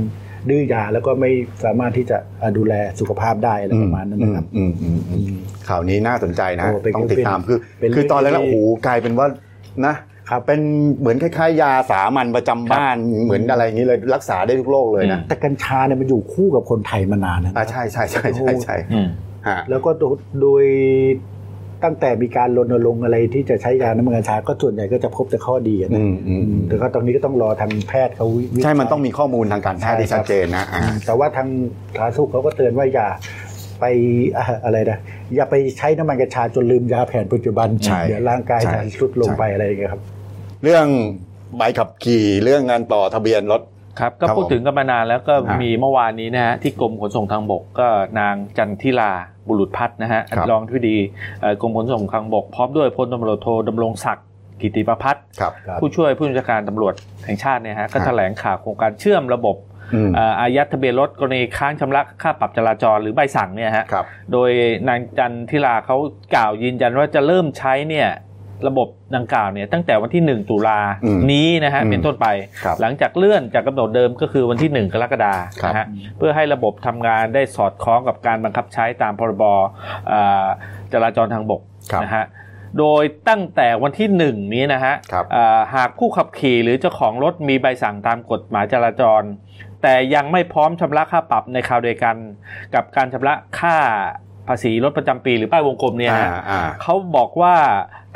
E: ดื้อยาแล้วก็ไม่สามารถที่จะเอ่อดูแลสุขภาพได้อะไรประมาณนั้นนะครับ
A: อืมอืมอืมอืมข่าวนี้น่าสนใจนะ
E: โอ้เป็น
A: ต้องติดตามคือ
E: เป็น
A: คือตอนแรก
E: เป็
A: ๆ
E: น
A: โอ้โหกลายเป็นว่านะ ครับเป็นเหมือนคล้ายๆ ยาสามัญประจำบ้านเหมือนอะไรอย่างนี้เลยรักษาได้ทุกโรคเลยนะ
E: แต่กัญชาเนี่ยมันอยู่คู่กับคนไทยมานานนะ
A: อ่าใช่ใช่ใช่ใช่ใช่
B: อืม
A: ฮะ
E: แล้วก็โดยโดยตั้งแต่มีการรณรงค์อะไรที่จะใช้ยาน้ำมันกัญชา ก็ส่วนใหญ่ก็จะพบแต่ข้อดีอะ
A: อื
E: นะ
A: มอืมอืม
E: แต่ก็ตรงนี้ก็ต้องรอทางแพทย์เขาวิจัย
A: ใช่มันต้องมีข้อมูลทางการแพทย์ที่ชัดเจนนะอ่า
E: แต่ว่าทางสาธารณสุขเขาก็เตือนว่าอย่าไปอะอะไรนะอย่าไปใช้น้ำมันกัญชาจนลืมยาแผนปัจจุบัน
A: ใช่
E: เดี๋ยวร่างกาย
A: ใช่
E: จะทรุดลง
A: ใช่
E: ไปอะไรอย่างเงี้ยครับ
A: เรื่องใบขับขี่เรื่องงานต่อทะเบียนรถ
B: ครับก็
A: ครับ
B: พูดถึงกันมานานแล้วก็
A: อ่ามี
B: มีเมื่อวานนี้นะฮะที่กรมขนส่งทางบกก็นางจันทิลาบุรุษพัฒน์นะฮะ
A: ครับ
B: รองที่ดีเอ่อกรมขนส่งทางบก พร้อมด้วยพลตำรวจโทดำรงศักดิ์กิติประพัฒน์
A: ครับ
B: ผู้ช่วยผู้บัญชาการตำรวจแห่งชาติเนี่ยฮะ
A: ค
B: ก็
A: รับ
B: แถลงข่าวโครงการเชื่อมระบบ
A: อืม
B: เอ่ออายัดทะเบียนรถกรณีค้างชำระค่าปรับจราจรหรือใบสั่งเนี่ยฮะ
A: ครับ
B: โดยนางจันทิลาเขากล่าวยืนยันว่าจะเริ่มใช้เนี่ยระบบดังกล่าวเนี่ยตั้งแต่วันที่ 1 ตุลานี้นะฮะเป็นต้นไป
A: ครับ
B: หลังจากเลื่อนจากกำหนดเดิมก็คือวันที่ 1 กรกฎาคมนะฮะเพื่อให้ระบบทำงานได้สอดคล้องกับการบังคับใช้ตามพรบเอ่อจราจรทางบก
A: ครับ
B: นะฮะโดยตั้งแต่วันที่ 1 นี้นะฮะ
A: ครับ
B: เอ่อหากผู้ขับขี่หรือเจ้าของรถมีใบสั่งตามกฎหมายจราจร แต่ยังไม่พร้อมชำระค่าปรับในคราวเดียวกัน กับการชำระค่าภาษีรถประจำปีหรือป้ายวงกลมเนี่ยฮะ
A: าอ่า
B: เขาบอกว่า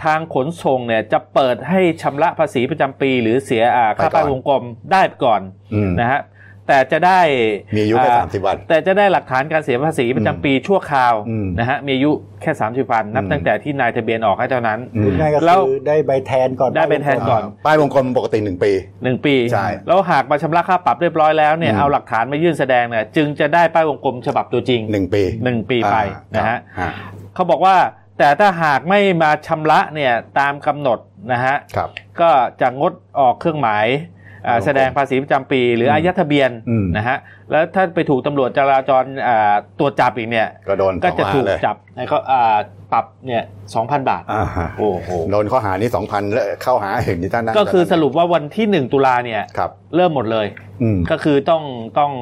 B: ทางขนส่งเนี่ยจะเปิดให้ชำระภาษีประจำปี หรือเสียอ่าค่า
A: ไปก่อน
B: ป้ายวงกลมได้ก่อน
A: อืม
B: นะฮะแต่จะได้
A: มีอายุแค่
B: อ่
A: สามสิบวัน
B: แต่จะได้หลักฐานการเสียภาษีประจำปีชั่วคราว
A: อืม
B: นะฮะมีอายุแค่ 30 วัน นับ
A: อืม
B: ตั้งแต่ที่นายทะเบียนออกให้เท่านั้น
A: อืม
E: ง่ายๆก็
B: แล้ว
E: คือได้ใบแทนก่อน
B: ได้เป็นแทนก่อน
A: ป้ายวงกลมปกติหนึ่งปี
B: 1 ปี
A: ใช่
B: แล้วหากมาชำระค่าปรับเรียบร้อยแล้วเนี่ย
A: อืม
B: เอาหลักฐานมายื่นแสดงเนี่ยจึงจะได้ป้ายวงกลมฉบับตัวจริง
A: หนึ่งปี
B: หนึ่งปีไป
A: อ่า
B: นะฮะ
A: ครับ
B: เขาบอกว่าแต่ถ้าหากไม่มาชำระเนี่ยตามกำหนดนะฮะ
A: ครับ
B: ก็จะงดออกเครื่องหมายอ่า
A: ครับ
B: แสดงภาษีประจำปี หรือ
A: ม
B: อายัดทะเบียน
A: อืม
B: นะฮะแล้วถ้าไปถูกตำรวจจราจรอ่าตรวจจับอีกเนี่ย
A: ก็โดน
B: ก็จะ
A: สอง
B: ถู
A: ล้าน
B: ก
A: เลย
B: จับแล้วก็อ่าปรับเนี่ยสองพันบาท
A: อ่าฮะ
B: โอ้โห
A: โดนข้อหานี้สองพันแล้วเข้าหาเห็นที่ท่านนั่น
B: ก็คือสรุปว่าวันที่หนึ่งตุลาเนี่ย
A: ครับ
B: เริ่มหมดเลย
A: อืม
B: ก็คือต้องต้อง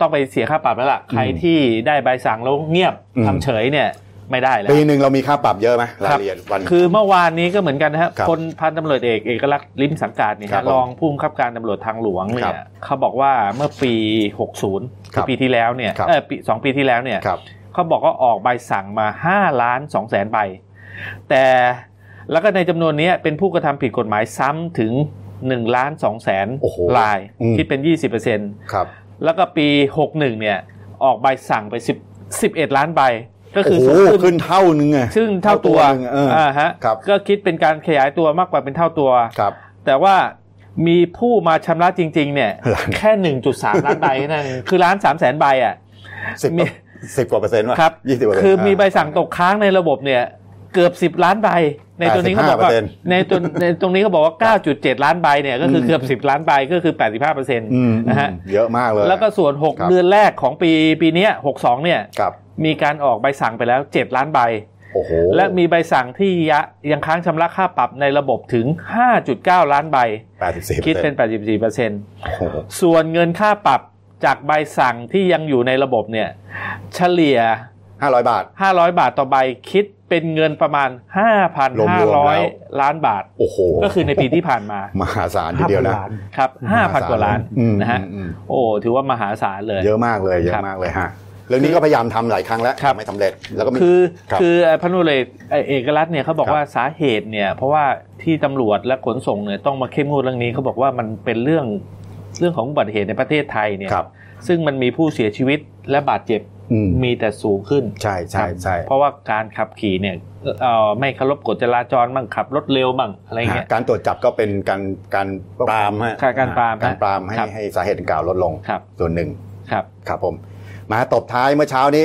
B: ต้องไปเสียค่าปรับแล้วล่ะ ใครที่ได้ใบสั่งแล้วเงียบ
A: อืม
B: ทำเฉยเนี่ยไม่ได้แล้ว
A: ปีหนึ่งเรามีค่าปรับเยอะไหมราย
B: ครับ
A: ละเอียดวัน
B: คือเมื่อวานนี้ก็เหมือนกันนะครับ
A: ครับ
B: คนพันตำรวจเอกเอกลักษณ์ลิ้มสังกาดเนี่ย
A: ครับผม
B: รองผู้บังคับการตำรวจทางหลวงเนี่
A: ครับ
B: ยเขาบอกว่าเมื่อปี 60
A: ครั
B: คือบ ปีที่แล้วเนี่ย
A: ครับ
B: เออปีสองปีที่แล้วเนี่ย
A: ครับ
B: เขาบอกว่าออกใบสั่งมา 5 ล้าน2แสนใบ แต่แล้วก็ในจำนวนเนี้ยเป็นผู้กระทำผิดกฎหมายซ้ำถึง1ล้าน2แสน
A: โอ้โห
B: ลาย
A: อืม
B: คิดเป็น 20%
A: ครับ
B: แล้วก็ปี 61เนี่ยออกใบสั่งไป10 11 ล้านใบ ก็คือ
A: โอ้โห
B: สูงขึ้น
A: ขึ้นเท่านึงไง
B: ซึ่งเท่าตัว
A: เท่าตัวหนึ่งเอออ่
B: ฮะ
A: ครับ
B: ก็คิดเป็นการขยายตัวมากกว่าเป็นเท่าตัว
A: ครับ
B: แต่ว่ามีผู้มาชำระจริง ๆ เนี่ย
A: ล้าน
B: แค่ 1.3 ล้านใบเท่านั่น เองคือล้าน3 0 0 0 0 0 ใบอ่ะ
A: สิบ
B: มี
A: สิบกว่าเปอร์เซ็นต์วะ
B: ครับ
A: ยี่สิบกว่าเปร์เซ็นต์
B: คือมีใบ
A: า
B: สั่งตกค้างในระบบเนี่ย เกือบ 10 ล้านใบ ในตัวนี้เขาบอกว่า
A: 85%
B: ในตัวในตรงนี้เขาบอกว่า 9.7 ล้านใบเนี่ยก็คือเกือบ 10 ล้านใบก็คือ 85%
A: อืม
B: นะฮะ
A: เยอะมากเลย
B: แล้วก็ส่วน
A: ครับ
B: 6 เดือนแรกของปีปีเนี้ย62 เนี่ย
A: ครับ
B: มีการออกใบสั่งไปแล้ว 7 ล้านใบ
A: โอ้โห
B: และมีใบสั่งที่ยะยังค้างชำระค่าปรับในระบบถึง 5.9 ล้านใบ
A: แปดสิบสี่
B: คิดเป็น
A: โอ้โห
B: 84%ส่วนเงินค่าปรับจากใบสั่งที่ยังอยู่ในระบบเนี่ยเฉลี่ย
A: ห้าร้อยบาท
B: 500 บาทต่อใบคิดเป็นเงินประมาณ
A: รวมๆแล้ว
B: 5,500 ล้านบาท
A: โอ้โห
B: ก็คือในปีที่ผ่านมาม
A: หาศาลทีเดียวนะ
E: ห้าพันล้าน
B: ครับ 5,000 กว่าล้าน
A: อืม
B: นะฮะ
A: อืม
B: โอ้ถือว่ามหาศาลเลย
A: เยอะมากเลยเย
B: ครั
A: อะ
B: บ
A: มากเลยฮะเรื่องนี้ก็พยายามทำหลายครั้งแล้ว
B: ครับ
A: ไม่สำเร็จแล้วก็มี
B: คือ
A: ครับ
B: คือพันธุเรศเอกลักษณ์เนี่ยเขาบอก
A: ครับ
B: ว่าสาเหตุเนี่ยเพราะว่าที่ตำรวจและขนส่งเนี่ยต้องมาเข้มงวดเรื่องนี้เขาบอกว่ามันเป็นเรื่องเรื่องของอุบัติเหตุในประเทศไทยเนี่ย
A: ครับ
B: ซึ่งมันมีผู้เสียชีวิตและบาดเจ็บ
A: อืม
B: มีแต่สูงขึ้น
A: ใช่ใช่ใช่
B: เพราะว่าการขับขี่เนี่ยเอ่อไม่เคารพกฎจราจรบ้างขับรถเร็วบ้างอะไรเงี้ย
A: การตรวจจับก็เป็นการการปรามฮะ
B: การการปรามฮะ
A: การปรามให้
B: ครับ
A: ให้สาเหตุดังกล่าวลดลง
B: ครับ
A: ส่วนหนึ่ง
B: ครับ
A: ครับผมมาตบท้ายเมื่อเช้านี้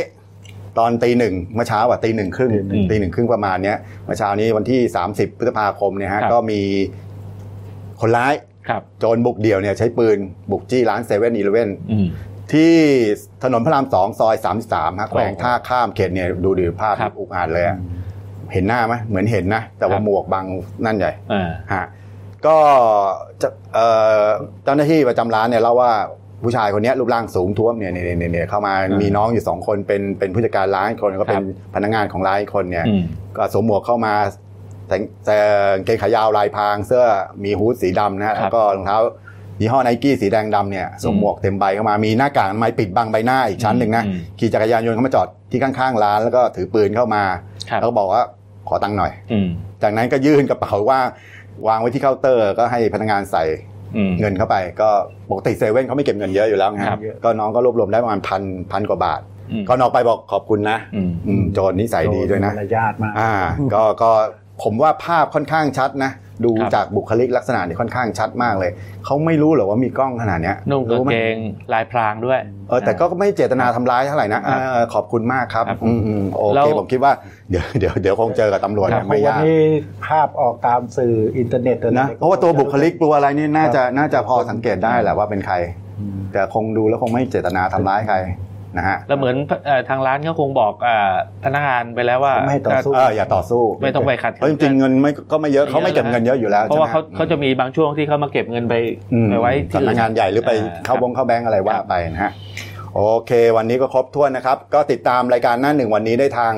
A: ตอนตีหนึ่งเมื่อเช้าอ่ะตีหนึ่งครึ่ง
B: อืม
A: ตีหนึ่งครึ่งประมาณเนี้ยเมื่อเช้านี้วันที่ 30 พฤษภาคมเนี่ยฮะ
B: ครับ
A: ก็มีคนร้าย
B: ครับ
A: โจรบุกเดี่ยวเนี่ยใช้ปืนบุกจี้ร้านเซเว่นอีเลเว่น
B: อืม
A: ที่ถนนพระรามสองซอย33ฮะแขวง
B: โอ้โห
A: ท่าข้ามเขตเนี่ยดูดิภาพ
B: ครับ
A: อุกอาจเลยอะเห็นหน้าไหมเหมือนเห็นนะ แต่
B: ค
A: ว่า
B: รับ
A: หมวกบังนั่นใหญ่
B: อ่า
A: ฮะก็จะเอ่อเจ้าหน้าที่ประจำร้านเนี่ยเล่าว่าผู้ชายคนเนี้ยรูปร่างสูงท้วมเนี่ยเนี่ยเนี่ยเนี่ยเข้ามามีน้องอยู่สองคนเป็นเป็นผู้จัดการร้านอีกคนก็เป็นพนักงานของร้านอีกคนเนี่ย
B: อืม
A: ก็สวมหมวกเข้ามา แต่งแต่กางเกงขายาวลายพรางเสื้อมีฮู้ดสีดำนะฮะ
B: ครับ
A: แล้วก็รองเท้ายี่ห้อไนกี้สีแดงดำเนี่ยสวม
B: อืม
A: หมวกเต็มใบเข้ามามีหน้ากากอนามัยปิดบังใบหน้าอีกชั้นหนึ่งนะ
B: อืม
A: ขี่จักรยานยนต์เข้ามาจอดที่ข้างๆร้าน แล้วก็ถือปืนเข้ามา
B: ครับ
A: แล้วก็บอกว่าขอตังค์หน่อย
B: อืม
A: จากนั้นก็ยื่นกระเป๋า ว่างวางไว้ที่เคาน์เตอร์ก็ให้พนักงานใส่
B: อืม
A: เงินเข้าไปก็ปกติเซเว่นเขาไม่เก็บเงินเยอะอยู่แล้วไง
B: ครับ
A: ก็น้องก็รวบรวมได้ประมาณพันพันกว่าบาท
B: อืม
A: ก็น้องไปบอกขอบคุณนะ
B: อืม
A: อืมโจรนิสัยดีด้วยนะ
E: มารยาทมาก
A: อ่าก็ก็ผมว่าภาพค่อนข้างชัดนะ ดู
B: ครับ
A: จากบุคลิกลักษณะนี่ค่อนข้างชัดมากเลย เขาไม่รู้เหรอว่ามีกล้องขนาดเนี้ย
B: นุ่งกาง
A: รู้ไหม
B: เกงลายพรางด้วย
A: เออแต่ก็ไม่เจตนาทำร้ายเท่าไหร่นะครับ เออขอบคุณมากครับ
B: ครับ
A: อืมอืมโอ
B: แล้
A: เค
B: ว
A: ผมคิดว่าเดี๋ยวเดี๋ยวเดี๋ยวคงเจอกับตำรวจ
B: ครั
A: เนี่ย
B: บ
A: ไม่
E: วัน
A: ยาก
E: นี้ภาพออกตามสื่ออินเทอร์เน็ตอไ
A: นะเพราะว่าตัวบุคลิกตัวอะไรนี่น่าจะน่าจะพอสังเกตได้แหละว่าเป็นใคร
E: อืม
A: แต่คงดูแล้วคงไม่เจตนาทำร้ายใครนะฮะ
B: แล้วเหมือนเอ่อทางร้านก็คงบอกเอ่อพนักงานไปแล้วว่า
E: ไม่ให้ต่อสู้
A: เอออย่าต่อสู้
B: ไม่ต้องไปขัดขืน
A: เพราะจริงๆเงินไม่ก็ไม่เยอะเขาไม่เก็บเงินเยอะอยู่แล้ว
B: เพราะว่าเขา
A: ใช่ไหม
B: เขาจะมีบางช่วงที่เขามาเก็บเงินไป
A: อืม
B: ไปไว้ที่
A: สำนักงานใหญ่หรือไป
B: อ่า
A: เข้าบงเข้าแบงก์อะไรว่าไปนะฮะโอเค วันนี้ก็ครบถ้วนนะครับ ก็ติดตามรายการหน้าหนึ่งวันนี้ได้ทาง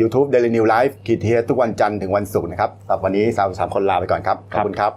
A: ยูทูบเดลินิวไลฟ์กีเทียทุกวันจันทร์ถึงวันศุกร์นะครับสำหรับวันนี้สาวสามคนลาไปก่อนครับ ขอ
B: ครั
A: บบ คุณครับ